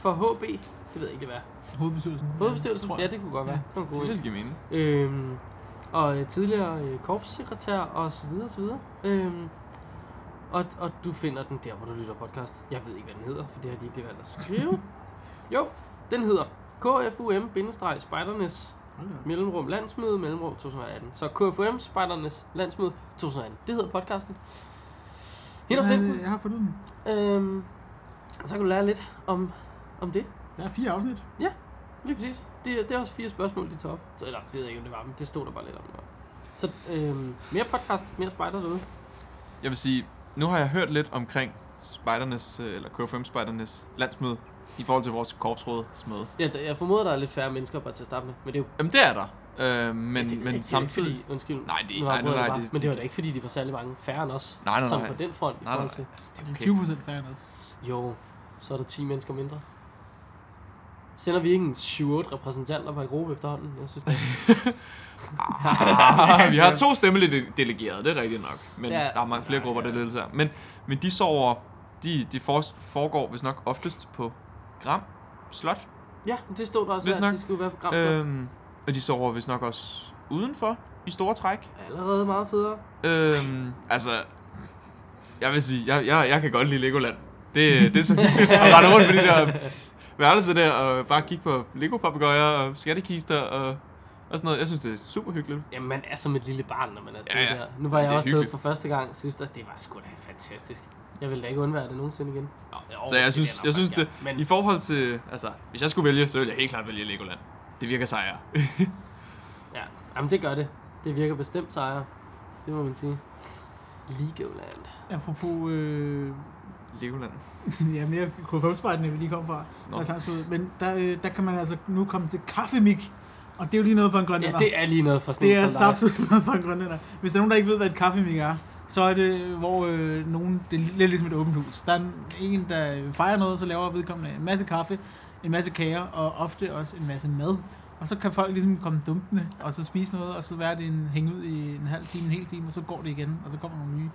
[SPEAKER 2] for HB. Det ved jeg ikke, hvad. er.
[SPEAKER 4] Hovedbestyrelsen.
[SPEAKER 2] Hovedbestyrelsen?
[SPEAKER 4] tror
[SPEAKER 2] Ja,
[SPEAKER 4] jeg.
[SPEAKER 2] det kunne godt være.
[SPEAKER 4] Ja.
[SPEAKER 2] Det var en god
[SPEAKER 3] Det
[SPEAKER 2] idé.
[SPEAKER 3] vil give mening.
[SPEAKER 2] Øhm, og øh, tidligere øh, korpssekretær og så videre, så videre. Øhm, og, og du finder den der, hvor du lytter podcast. Jeg ved ikke, hvad den hedder, for det har de ikke lige valgt at skrive. jo, den hedder KFUM-Spejdernes
[SPEAKER 4] Hold da op.
[SPEAKER 2] Mellemrum Landsmøde Mellemrum 2018. Så KFUM Spejdernes Landsmøde 2018. Det hedder podcasten. Hen og
[SPEAKER 4] Jeg
[SPEAKER 2] find
[SPEAKER 4] har-
[SPEAKER 2] den.
[SPEAKER 4] Jeg har fundet den.
[SPEAKER 2] Øhm, og så kan du lære lidt om, om det.
[SPEAKER 4] Der er fire afsnit.
[SPEAKER 2] Lige præcis. Det, er- det er også fire spørgsmål, de tager op. Så, eller, det ved jeg ikke, om det var, men det stod der bare lidt om. Ja. Så øhm, mere podcast, mere spejder derude.
[SPEAKER 3] Jeg vil sige, nu har jeg hørt lidt omkring spejdernes, øh, eller KFM spejdernes landsmøde i forhold til vores korpsrådsmøde.
[SPEAKER 2] Ja, der- jeg formoder, der er lidt færre mennesker bare til at starte med, men det er jo...
[SPEAKER 3] Jamen det er der. Øh, men,
[SPEAKER 2] det,
[SPEAKER 3] ja,
[SPEAKER 2] det,
[SPEAKER 3] men
[SPEAKER 2] det,
[SPEAKER 3] samtidig...
[SPEAKER 2] Ikke, fordi, undskyld.
[SPEAKER 3] Nej, det-
[SPEAKER 2] nu afbryder
[SPEAKER 3] nej, nej,
[SPEAKER 2] jeg
[SPEAKER 3] nej,
[SPEAKER 2] bare,
[SPEAKER 3] det-
[SPEAKER 2] Men det var
[SPEAKER 3] det-
[SPEAKER 2] da ikke, fordi de var særlig mange færre end os.
[SPEAKER 3] Nej, nej,
[SPEAKER 2] Sådan
[SPEAKER 3] nej.
[SPEAKER 2] på den front i
[SPEAKER 3] Nej, nej,
[SPEAKER 2] forhold
[SPEAKER 3] nej.
[SPEAKER 2] til.
[SPEAKER 3] Altså, det er
[SPEAKER 4] Okay.
[SPEAKER 3] okay.
[SPEAKER 4] 20% færre end os.
[SPEAKER 2] Jo, så er der 10 mennesker mindre. Sender vi ikke en 7-8 repræsentanter per gruppe efterhånden? Jeg synes, det
[SPEAKER 3] Ah, vi har to stemmedelegerede, det er rigtigt nok. Men
[SPEAKER 2] Ja.
[SPEAKER 3] ja. der er mange flere grupper, der er lidt her. Men, men de sover, de, de for- foregår vist nok oftest på Gram Slot.
[SPEAKER 2] Ja, det stod der også,
[SPEAKER 3] Vist
[SPEAKER 2] her, at
[SPEAKER 3] nok.
[SPEAKER 2] de skulle være på Gramsberg. Øh.
[SPEAKER 3] Øhm, og de sover vist nok også udenfor i store træk.
[SPEAKER 2] Allerede meget federe.
[SPEAKER 3] Øhm, altså, jeg vil sige, jeg, jeg, jeg kan godt lide Legoland. Det, det er så hyggeligt at rende rundt på de der værelser der, og bare kigge på lego papegøjer og skattekister og, og sådan noget. Jeg synes, det er super hyggeligt.
[SPEAKER 2] Jamen, man er som et lille barn, når man er afsted
[SPEAKER 3] Ja, ja.
[SPEAKER 2] der. Nu var
[SPEAKER 3] Ja,
[SPEAKER 2] jeg
[SPEAKER 3] det er
[SPEAKER 2] også afsted
[SPEAKER 3] hyggeligt.
[SPEAKER 2] for første gang sidst, og det var sgu da fantastisk. Jeg vil da ikke undvære det nogensinde igen. Nå, jo,
[SPEAKER 3] Så jeg
[SPEAKER 2] det
[SPEAKER 3] synes,
[SPEAKER 2] vil nok
[SPEAKER 3] jeg synes
[SPEAKER 2] godt, ja.
[SPEAKER 3] det, men... i forhold til, altså, hvis jeg skulle vælge, så ville jeg helt klart vælge Legoland. Det virker sejere.
[SPEAKER 2] Men, ja. Jamen, det gør det. Det virker bestemt sejere. Det må man sige. Legoland.
[SPEAKER 4] Apropos øh,
[SPEAKER 3] Legoland.
[SPEAKER 4] Ja, mere KFM-spejden, vi lige kom fra.
[SPEAKER 3] Nå.
[SPEAKER 4] Deres landsmøde. Men der, øh, der kan man altså nu komme til kaffemik. Og det er jo lige noget for en
[SPEAKER 2] Ja,
[SPEAKER 4] grønlænder.
[SPEAKER 2] det er lige noget for sådan
[SPEAKER 4] det er
[SPEAKER 2] en som dig.
[SPEAKER 4] absolut noget for en grønlænder. Hvis der er nogen, der ikke ved, hvad et kaffemik er, så er det, hvor øh, nogen, det er lidt ligesom et åbent hus. Der er en- en, der fejrer noget, så laver vedkommende en masse kaffe, en masse kager og ofte også en masse mad. Og så kan folk ligesom komme dumpende, og så spise noget, og så være det en hænge ud i en halv time, en hel time, og så går det igen, og så kommer nogle nye.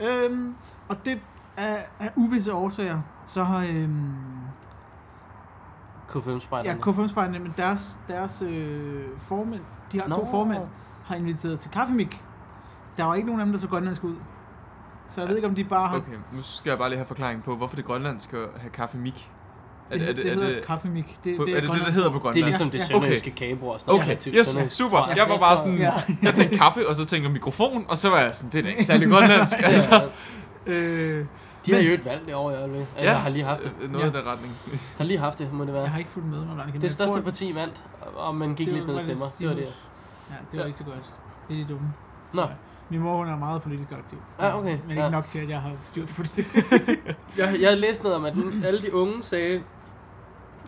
[SPEAKER 4] Øhm, og det af, af uvisse årsager, så har øhm,
[SPEAKER 2] K5
[SPEAKER 4] ja,
[SPEAKER 2] spejderne.
[SPEAKER 4] k 5 men deres, deres øh, formænd, de har no. to
[SPEAKER 2] Nå.
[SPEAKER 4] formænd, har inviteret til kaffemik. Der var ikke nogen af dem, der så grønlandsk ud. Så jeg ved ikke, om de bare har...
[SPEAKER 3] Okay, nu skal jeg bare lige have forklaring på, hvorfor det grønlandske skal have kaffe mik. Er
[SPEAKER 4] Det,
[SPEAKER 3] det, er
[SPEAKER 4] det,
[SPEAKER 3] det, er
[SPEAKER 4] hedder
[SPEAKER 3] det,
[SPEAKER 4] kaffemik. Det,
[SPEAKER 3] på- er det, det, der hedder på
[SPEAKER 2] det
[SPEAKER 3] Grønland?
[SPEAKER 2] er ligesom
[SPEAKER 4] Ja,
[SPEAKER 2] det
[SPEAKER 4] ja.
[SPEAKER 2] sønderjyske kagebord og sådan
[SPEAKER 3] Okay,
[SPEAKER 2] noget.
[SPEAKER 3] yes,
[SPEAKER 2] Sådan noget,
[SPEAKER 3] super.
[SPEAKER 2] tror
[SPEAKER 3] Jeg var bare sådan,
[SPEAKER 4] Ja.
[SPEAKER 3] jeg tænkte kaffe, og så tænkte jeg mikrofon, og så var jeg sådan, det er da ikke særlig grønlandsk. Altså,
[SPEAKER 2] Ja,
[SPEAKER 4] Øh,
[SPEAKER 2] de har jo et valg det år i øjeblikket. Ja, jeg har lige haft det.
[SPEAKER 3] øh, Noget i den retning.
[SPEAKER 2] Har lige haft det, må det
[SPEAKER 4] jeg
[SPEAKER 2] være.
[SPEAKER 4] har ikke fulgt med, når langt
[SPEAKER 2] Det største parti vandt, og man gik
[SPEAKER 4] Det
[SPEAKER 2] lidt
[SPEAKER 4] var-
[SPEAKER 2] ned i
[SPEAKER 4] var det
[SPEAKER 2] stemmer. Det var det.
[SPEAKER 4] Ja, det var
[SPEAKER 2] Ja.
[SPEAKER 4] ikke så godt. Det er de dumme.
[SPEAKER 2] Nå,
[SPEAKER 4] Min mor, hun er meget politisk aktiv.
[SPEAKER 2] Ja, okay.
[SPEAKER 4] Men ikke
[SPEAKER 2] Ja.
[SPEAKER 4] nok til, at jeg har styr på politik.
[SPEAKER 2] jeg, jeg læste noget om, at den- alle de unge sagde,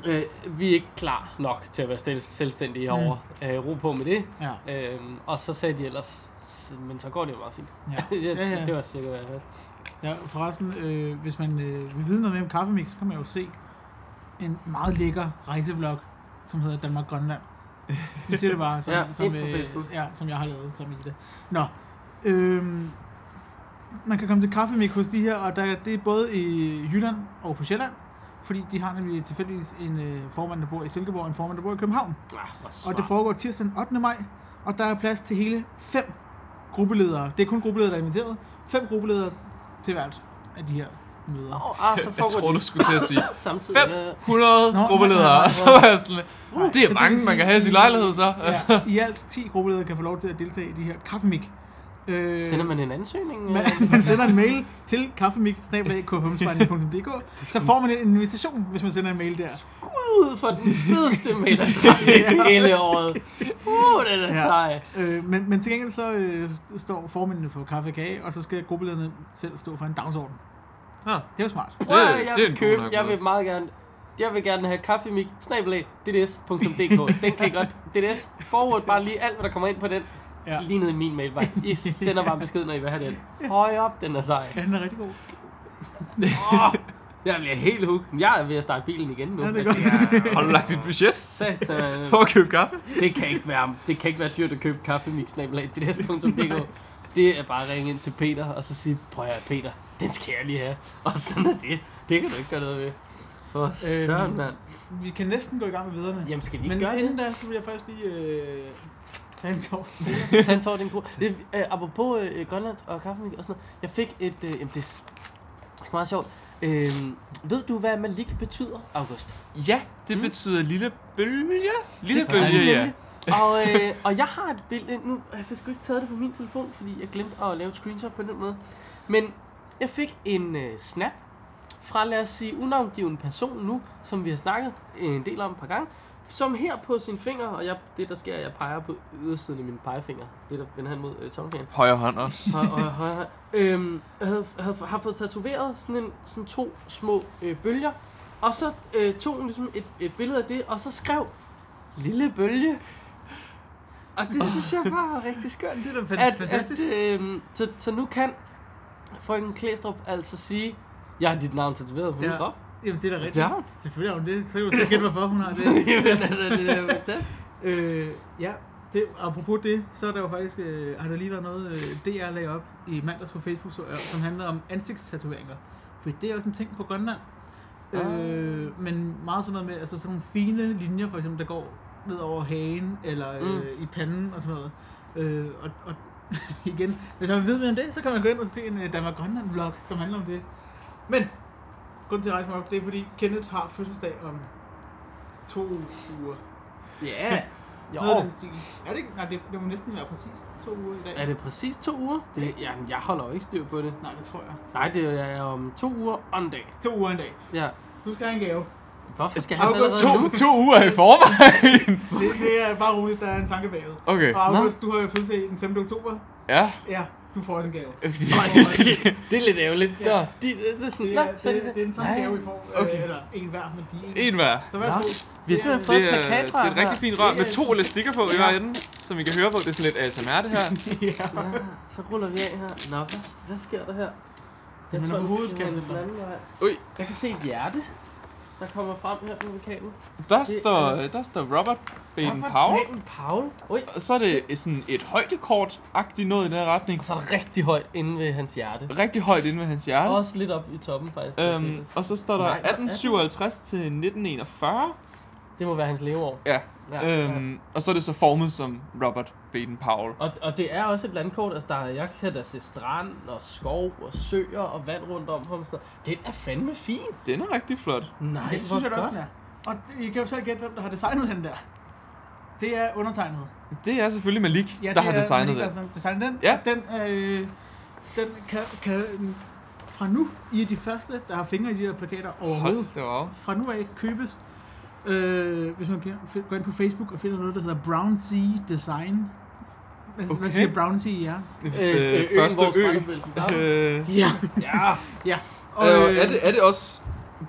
[SPEAKER 2] øh, vi er ikke klar nok til at være stel- selvstændige
[SPEAKER 4] Mm.
[SPEAKER 2] herovre. Øh, ro på med det.
[SPEAKER 4] ja.
[SPEAKER 2] Øhm, og så sagde de ellers, "S- men så går det jo meget fint.
[SPEAKER 4] Ja.
[SPEAKER 2] det,
[SPEAKER 4] Ja, ja.
[SPEAKER 2] det var cirka, hvad jeg hørte.
[SPEAKER 4] ja forresten, øh, hvis man øh, vil vide noget mere om kaffemix, så kan man jo se en meget lækker rejsevlog, som hedder Danmark-Grønland. Nu siger det bare, som,
[SPEAKER 2] Ja,
[SPEAKER 4] som, øh,
[SPEAKER 2] ind på Facebook.
[SPEAKER 4] ja, som jeg har lavet som Ida. Nå, øhm, man kan komme til kaffemik hos de her, og der, det er både i Jylland og på Sjælland, fordi de har nemlig tilfældigvis en øh, formand, der bor i Silkeborg, og en formand, der bor i København.
[SPEAKER 2] Ah, hvor
[SPEAKER 4] Og
[SPEAKER 2] smart.
[SPEAKER 4] det foregår tirsdag den 8. maj, og der er plads til hele fem gruppeledere. Det er kun gruppeledere, der er inviteret. Fem gruppeledere til hvert af de her møder.
[SPEAKER 2] Nå, ah, så
[SPEAKER 3] Jeg tror,
[SPEAKER 2] foregår
[SPEAKER 3] du
[SPEAKER 2] det
[SPEAKER 3] skulle til at sige
[SPEAKER 2] samtidig.
[SPEAKER 3] Fem.
[SPEAKER 2] Fem.
[SPEAKER 3] 100
[SPEAKER 4] Nå,
[SPEAKER 3] gruppeledere,
[SPEAKER 4] nej, nej,
[SPEAKER 3] og så var jeg sådan, lidt, det
[SPEAKER 4] Så
[SPEAKER 3] er mange,
[SPEAKER 4] vil
[SPEAKER 3] man
[SPEAKER 4] sige-
[SPEAKER 3] kan have i sin lejlighed så.
[SPEAKER 4] Ja, I alt 10 gruppeledere kan få lov til at deltage i de her kaffemik. Øh,
[SPEAKER 2] Sender man en ansøgning?
[SPEAKER 4] man,
[SPEAKER 2] øh?
[SPEAKER 4] man sender en mail til kaffemik så får man en invitation, hvis man sender en mail der.
[SPEAKER 2] Gud, for den fedeste mailadresse i hele året. Uh, den er
[SPEAKER 4] Ja.
[SPEAKER 2] sej.
[SPEAKER 4] Øh, men, men til gengæld så øh, st- står formændene for kaffe og kage, og så skal gruppelederne selv stå for en dagsorden.
[SPEAKER 3] Ah.
[SPEAKER 4] Det er jo smart.
[SPEAKER 2] Prøv,
[SPEAKER 3] Det-
[SPEAKER 2] jeg
[SPEAKER 3] det er
[SPEAKER 2] vil
[SPEAKER 3] en
[SPEAKER 2] købe,
[SPEAKER 3] god nok
[SPEAKER 2] jeg
[SPEAKER 3] måde.
[SPEAKER 2] vil meget gerne, jeg vil gerne have kaffemik, snabelag, dds.dk. Den kan I godt, dds, forward, bare lige alt, hvad der kommer ind på den,
[SPEAKER 4] Ja.
[SPEAKER 2] ja. lige ned i min mailvej. I sender bare en besked, når I vil have den. Høj op, den er sej.
[SPEAKER 4] Ja, den er rigtig god.
[SPEAKER 2] Oh, jeg bliver helt hook. Jeg er ved at starte bilen igen nu.
[SPEAKER 4] Ja, det er
[SPEAKER 2] Altså,
[SPEAKER 4] godt.
[SPEAKER 2] jeg-
[SPEAKER 3] Har du lagt dit budget
[SPEAKER 2] Satan.
[SPEAKER 3] for at købe kaffe?
[SPEAKER 2] Det kan ikke være, det kan ikke være dyrt at købe kaffe i dds.dk. Det er bare at ringe ind til Peter og så sige, prøv at høre, Peter, den skal jeg lige have. Og sådan er det. Det kan du ikke gøre noget ved. Åh, søren,
[SPEAKER 4] Øhm.
[SPEAKER 2] mand.
[SPEAKER 4] Vi kan næsten gå i gang med viderne.
[SPEAKER 2] Jamen, skal vi ikke
[SPEAKER 4] Men
[SPEAKER 2] gøre
[SPEAKER 4] inden
[SPEAKER 2] det?
[SPEAKER 4] da, så vil jeg faktisk lige øh, tage en tår.
[SPEAKER 2] Tag en tår af din bror. Øh, øh, apropos øh, Grønland og kaffe og sådan noget. Jeg fik et, øh, jamen det er s- sgu meget sjovt. Øh, ved du, hvad Malik betyder, August?
[SPEAKER 3] Ja, det
[SPEAKER 2] Mm.
[SPEAKER 3] betyder lille bølge. Lille
[SPEAKER 2] Det gør
[SPEAKER 3] bølge,
[SPEAKER 2] den
[SPEAKER 3] ja.
[SPEAKER 2] nemlig. Og, øh, og jeg har et billede, nu jeg fik sgu ikke taget det på min telefon, fordi jeg glemte at lave et screenshot på den måde. Men jeg fik en øh, snap fra, lad os sige, unavngiven person nu, som vi har snakket øh, en del om et par gange, som her på sin finger, og jeg, det der sker, er, at jeg peger på ydersiden af min pegefinger, det der vender han mod øh, tommelfingeren,
[SPEAKER 3] Højre hånd også.
[SPEAKER 2] og, og, og, og øhm, havde, havde, har fået tatoveret sådan, en, sådan to små øh, bølger, og så øh, tog hun ligesom et, et billede af det, og så skrev, lille bølge. Og det synes jeg bare var rigtig skørt.
[SPEAKER 4] Det er da
[SPEAKER 2] At, at, øhm, så, så nu kan frøken Klæstrup altså sige, jeg har dit navn tatoveret på min
[SPEAKER 4] Ja.
[SPEAKER 2] krop.
[SPEAKER 4] Jamen, det er da rigtigt.
[SPEAKER 2] Det har hun.
[SPEAKER 4] Selvfølgelig har hun det. Så kan du selv gætte, hvorfor hun har det.
[SPEAKER 2] Jamen, altså, det er jo fantastisk.
[SPEAKER 4] øh, ja, det, apropos det, så er der jo faktisk, øh, har der lige været noget, øh, DR lagde op i mandags på Facebook, så, jeg, som handlede om ansigtstatueringer. For det er også en ting på Grønland. Øh, men meget sådan noget med, altså sådan nogle fine linjer, for eksempel, der går ned over hagen, eller øh, i panden og sådan noget. Øh, og, og igen, hvis man vil vide mere om det, så kan man gå ind og se en øh, Danmark Grønland vlog, som handler om det. Men, grunden til at rejse mig op, det er fordi Kenneth har fødselsdag om to uger.
[SPEAKER 2] Ja. Jo.
[SPEAKER 4] Noget af den stil. Er det ikke? Nej, det, det må næsten være præcis to uger i dag.
[SPEAKER 2] Er det præcis to uger? Det, jamen, jeg holder jo ikke styr på det.
[SPEAKER 4] Nej, det tror jeg.
[SPEAKER 2] Nej, det er om to uger og en dag.
[SPEAKER 4] To uger en dag.
[SPEAKER 2] Ja.
[SPEAKER 4] Du skal have en gave.
[SPEAKER 2] Hvorfor skal han
[SPEAKER 4] August,
[SPEAKER 2] allerede
[SPEAKER 3] To,
[SPEAKER 2] nu?
[SPEAKER 3] to uger i forvejen.
[SPEAKER 4] Det, det er bare roligt, der er en tanke bagved.
[SPEAKER 3] Okay,
[SPEAKER 4] Og August, du har jo fødselsdag den 5. oktober.
[SPEAKER 3] ja.
[SPEAKER 4] Ja, du får også en gave.
[SPEAKER 2] Nej, det, shit. det er lidt ærgerligt.
[SPEAKER 4] Ja.
[SPEAKER 2] Ja. Nå, de, det er sådan,
[SPEAKER 4] Det
[SPEAKER 2] nå,
[SPEAKER 4] er,
[SPEAKER 2] så er
[SPEAKER 4] det, det, det er den samme
[SPEAKER 2] Nej.
[SPEAKER 4] gave, I får.
[SPEAKER 3] Okay.
[SPEAKER 4] Øh, eller en hver, men de er ens.
[SPEAKER 3] En hver.
[SPEAKER 4] Så værsgo.
[SPEAKER 2] Vi har simpelthen
[SPEAKER 3] Det
[SPEAKER 2] fået et
[SPEAKER 3] er, det
[SPEAKER 2] plakatrør
[SPEAKER 3] er et rigtig
[SPEAKER 2] her.
[SPEAKER 3] fint rør med
[SPEAKER 4] Det er-
[SPEAKER 3] to elastikker på i hver ende, som vi kan høre på. Det er sådan lidt ASMR, det her.
[SPEAKER 4] ja.
[SPEAKER 2] Ja, så ruller vi af her. Nå, hvad, hvad sker der her? Jeg
[SPEAKER 4] Men
[SPEAKER 2] tror,
[SPEAKER 4] på
[SPEAKER 2] vi
[SPEAKER 4] hovedet
[SPEAKER 2] skal
[SPEAKER 4] kan
[SPEAKER 2] have en
[SPEAKER 4] jeg se
[SPEAKER 2] anden vej.
[SPEAKER 3] Ui.
[SPEAKER 2] Jeg kan se et hjerte. der kommer frem her på vulkanen.
[SPEAKER 3] Der
[SPEAKER 2] Det
[SPEAKER 3] står, der står Robert Baden Powell.
[SPEAKER 2] Baden Powell. Ui.
[SPEAKER 3] Og så er det sådan et højdekort-agtigt noget i den her retning.
[SPEAKER 2] Og så er der rigtig højt inde ved hans hjerte.
[SPEAKER 3] Rigtig højt inde ved hans hjerte.
[SPEAKER 2] Også lidt op i toppen, faktisk. kan jeg se
[SPEAKER 3] Øhm,
[SPEAKER 2] det.
[SPEAKER 3] og så står der
[SPEAKER 2] Nej,
[SPEAKER 3] 1857 til 1941.
[SPEAKER 2] Det må være hans leveår.
[SPEAKER 3] Ja.
[SPEAKER 2] ja, ja.
[SPEAKER 3] Øhm, og så er det så formet som Robert Baden Powell.
[SPEAKER 2] Og, og det er også et landkort, altså der, er- jeg kan da se strand og skov og søer og vand rundt om ham. og sådan noget. Den er fandme fin.
[SPEAKER 3] Den er rigtig flot.
[SPEAKER 2] Nej,
[SPEAKER 4] det synes jeg da også, den er. Og I kan jo selv gætte, hvem der har designet den der. Det er undertegnet.
[SPEAKER 3] Det er selvfølgelig Malik, ja, der
[SPEAKER 4] det
[SPEAKER 3] har
[SPEAKER 4] er
[SPEAKER 3] designet
[SPEAKER 4] Malik,
[SPEAKER 3] det.
[SPEAKER 4] Altså, designet den.
[SPEAKER 3] Ja.
[SPEAKER 4] Og Den, øh, den kan, kan, fra nu, I er de første, der har fingre i de her plakater overhovedet.
[SPEAKER 3] Hold da op.
[SPEAKER 4] Fra nu af købes, øh, hvis man kan- går ind på Facebook og finder noget, der hedder Brown Sea Design. Hvad, okay.
[SPEAKER 3] Okay.
[SPEAKER 4] hvad siger Brown Sea, ja?
[SPEAKER 2] Øh, øh, øen,
[SPEAKER 3] første
[SPEAKER 2] hvor
[SPEAKER 3] ø.
[SPEAKER 2] strandoplevelsen der er.
[SPEAKER 3] Øh,
[SPEAKER 4] Ja.
[SPEAKER 2] Ja,
[SPEAKER 4] Og,
[SPEAKER 3] øh, er, det, er det også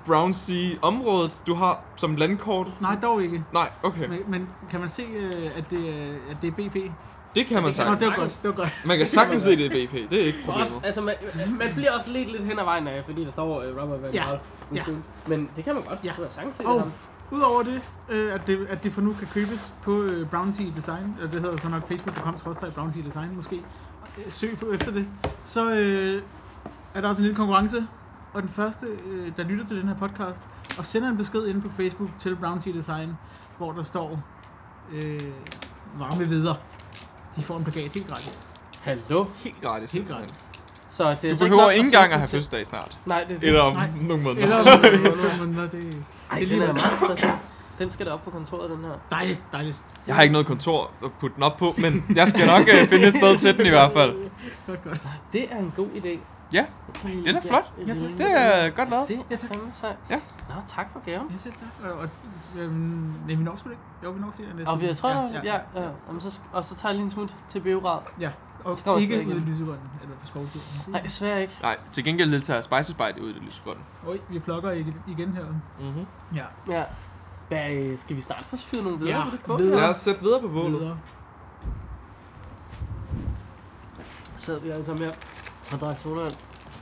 [SPEAKER 3] Brown Sea-området, du har som landkort?
[SPEAKER 4] Nej, dog ikke.
[SPEAKER 3] Nej, okay.
[SPEAKER 4] Men, men kan man se, øh, at det, er- at det er BP?
[SPEAKER 3] Det kan man
[SPEAKER 4] Nå,
[SPEAKER 3] sagtens.
[SPEAKER 4] det var godt. Det var godt.
[SPEAKER 3] Man kan sagtens se det i BP. Det er ikke
[SPEAKER 2] også,
[SPEAKER 3] problemet.
[SPEAKER 2] altså man, man bliver også lidt lidt hen ad vejen af, fordi der står øh, Robert Van
[SPEAKER 4] Ja,
[SPEAKER 2] Gaal.
[SPEAKER 4] ja.
[SPEAKER 2] Men det kan man godt.
[SPEAKER 4] Ja.
[SPEAKER 2] Du har sagtens set
[SPEAKER 4] Og
[SPEAKER 2] ham.
[SPEAKER 4] udover det, øh, at det, at det for nu kan købes på øh, Brown Sea Design, og det hedder så nok facebook.com skråstreg Brown Sea Design måske, øh, søg på efter det, så øh, er der også en lille konkurrence, og den første, øh, der lytter til den her podcast, og sender en besked ind på Facebook til Brown Sea Design, hvor der står øh, varme videre. De får en plakat helt gratis.
[SPEAKER 2] Hallo.
[SPEAKER 3] Helt gratis.
[SPEAKER 4] Helt gratis.
[SPEAKER 2] Så det er
[SPEAKER 3] Du
[SPEAKER 2] altså
[SPEAKER 3] behøver
[SPEAKER 2] nok
[SPEAKER 3] ikke
[SPEAKER 2] søge
[SPEAKER 3] engang at
[SPEAKER 2] den
[SPEAKER 3] have
[SPEAKER 2] til.
[SPEAKER 3] fødselsdag snart.
[SPEAKER 2] Nej, det er det.
[SPEAKER 3] Eller om
[SPEAKER 4] Nej.
[SPEAKER 3] nogle måneder.
[SPEAKER 4] Eller om måneder, det
[SPEAKER 2] Ej,
[SPEAKER 4] det er
[SPEAKER 2] den er
[SPEAKER 4] lige-
[SPEAKER 2] meget speciel. Den skal da op på kontoret, den her.
[SPEAKER 4] er dejligt, dejligt.
[SPEAKER 3] Jeg har ikke noget kontor at putte den op på, men jeg skal nok øh, finde et sted til den i hvert fald.
[SPEAKER 4] Godt, godt.
[SPEAKER 2] Det er en god idé.
[SPEAKER 3] Ja,
[SPEAKER 2] det
[SPEAKER 3] er da flot.
[SPEAKER 4] Ja, tak.
[SPEAKER 3] Det er godt lavet.
[SPEAKER 2] Det er
[SPEAKER 4] Ja, tak.
[SPEAKER 2] fandme sejt.
[SPEAKER 3] Ja.
[SPEAKER 2] Nå, tak for gaven.
[SPEAKER 4] Ja, selv tak. Og, og øhm, nej, vi når sgu det ikke. Jo, vi når se det næste.
[SPEAKER 2] Og vi
[SPEAKER 4] uge.
[SPEAKER 2] jeg tror, ja, ja,
[SPEAKER 4] ja.
[SPEAKER 2] ja. Jamen, så, sk- og så tager jeg lige en smut til Beograd.
[SPEAKER 4] ja. Og
[SPEAKER 2] Så kommer vi
[SPEAKER 4] ikke
[SPEAKER 2] tilbage
[SPEAKER 4] ude i
[SPEAKER 2] igen.
[SPEAKER 4] lysegrønnen, eller på skovturen.
[SPEAKER 2] Nej, desværre ikke.
[SPEAKER 3] Nej, til gengæld lidt tager Spicy Bite ud i det lysgrønne.
[SPEAKER 4] Oj, vi plukker ikke igen her.
[SPEAKER 3] Mm-hmm.
[SPEAKER 4] Ja,
[SPEAKER 2] Ja. Hvad, øh, skal vi snart få fyret nogle videre
[SPEAKER 4] Ja,
[SPEAKER 2] på det bål?
[SPEAKER 4] videre.
[SPEAKER 2] her?
[SPEAKER 3] Lad os sætte videre på bålet.
[SPEAKER 4] videre.
[SPEAKER 2] sad vi alle sammen her og drak sodavand.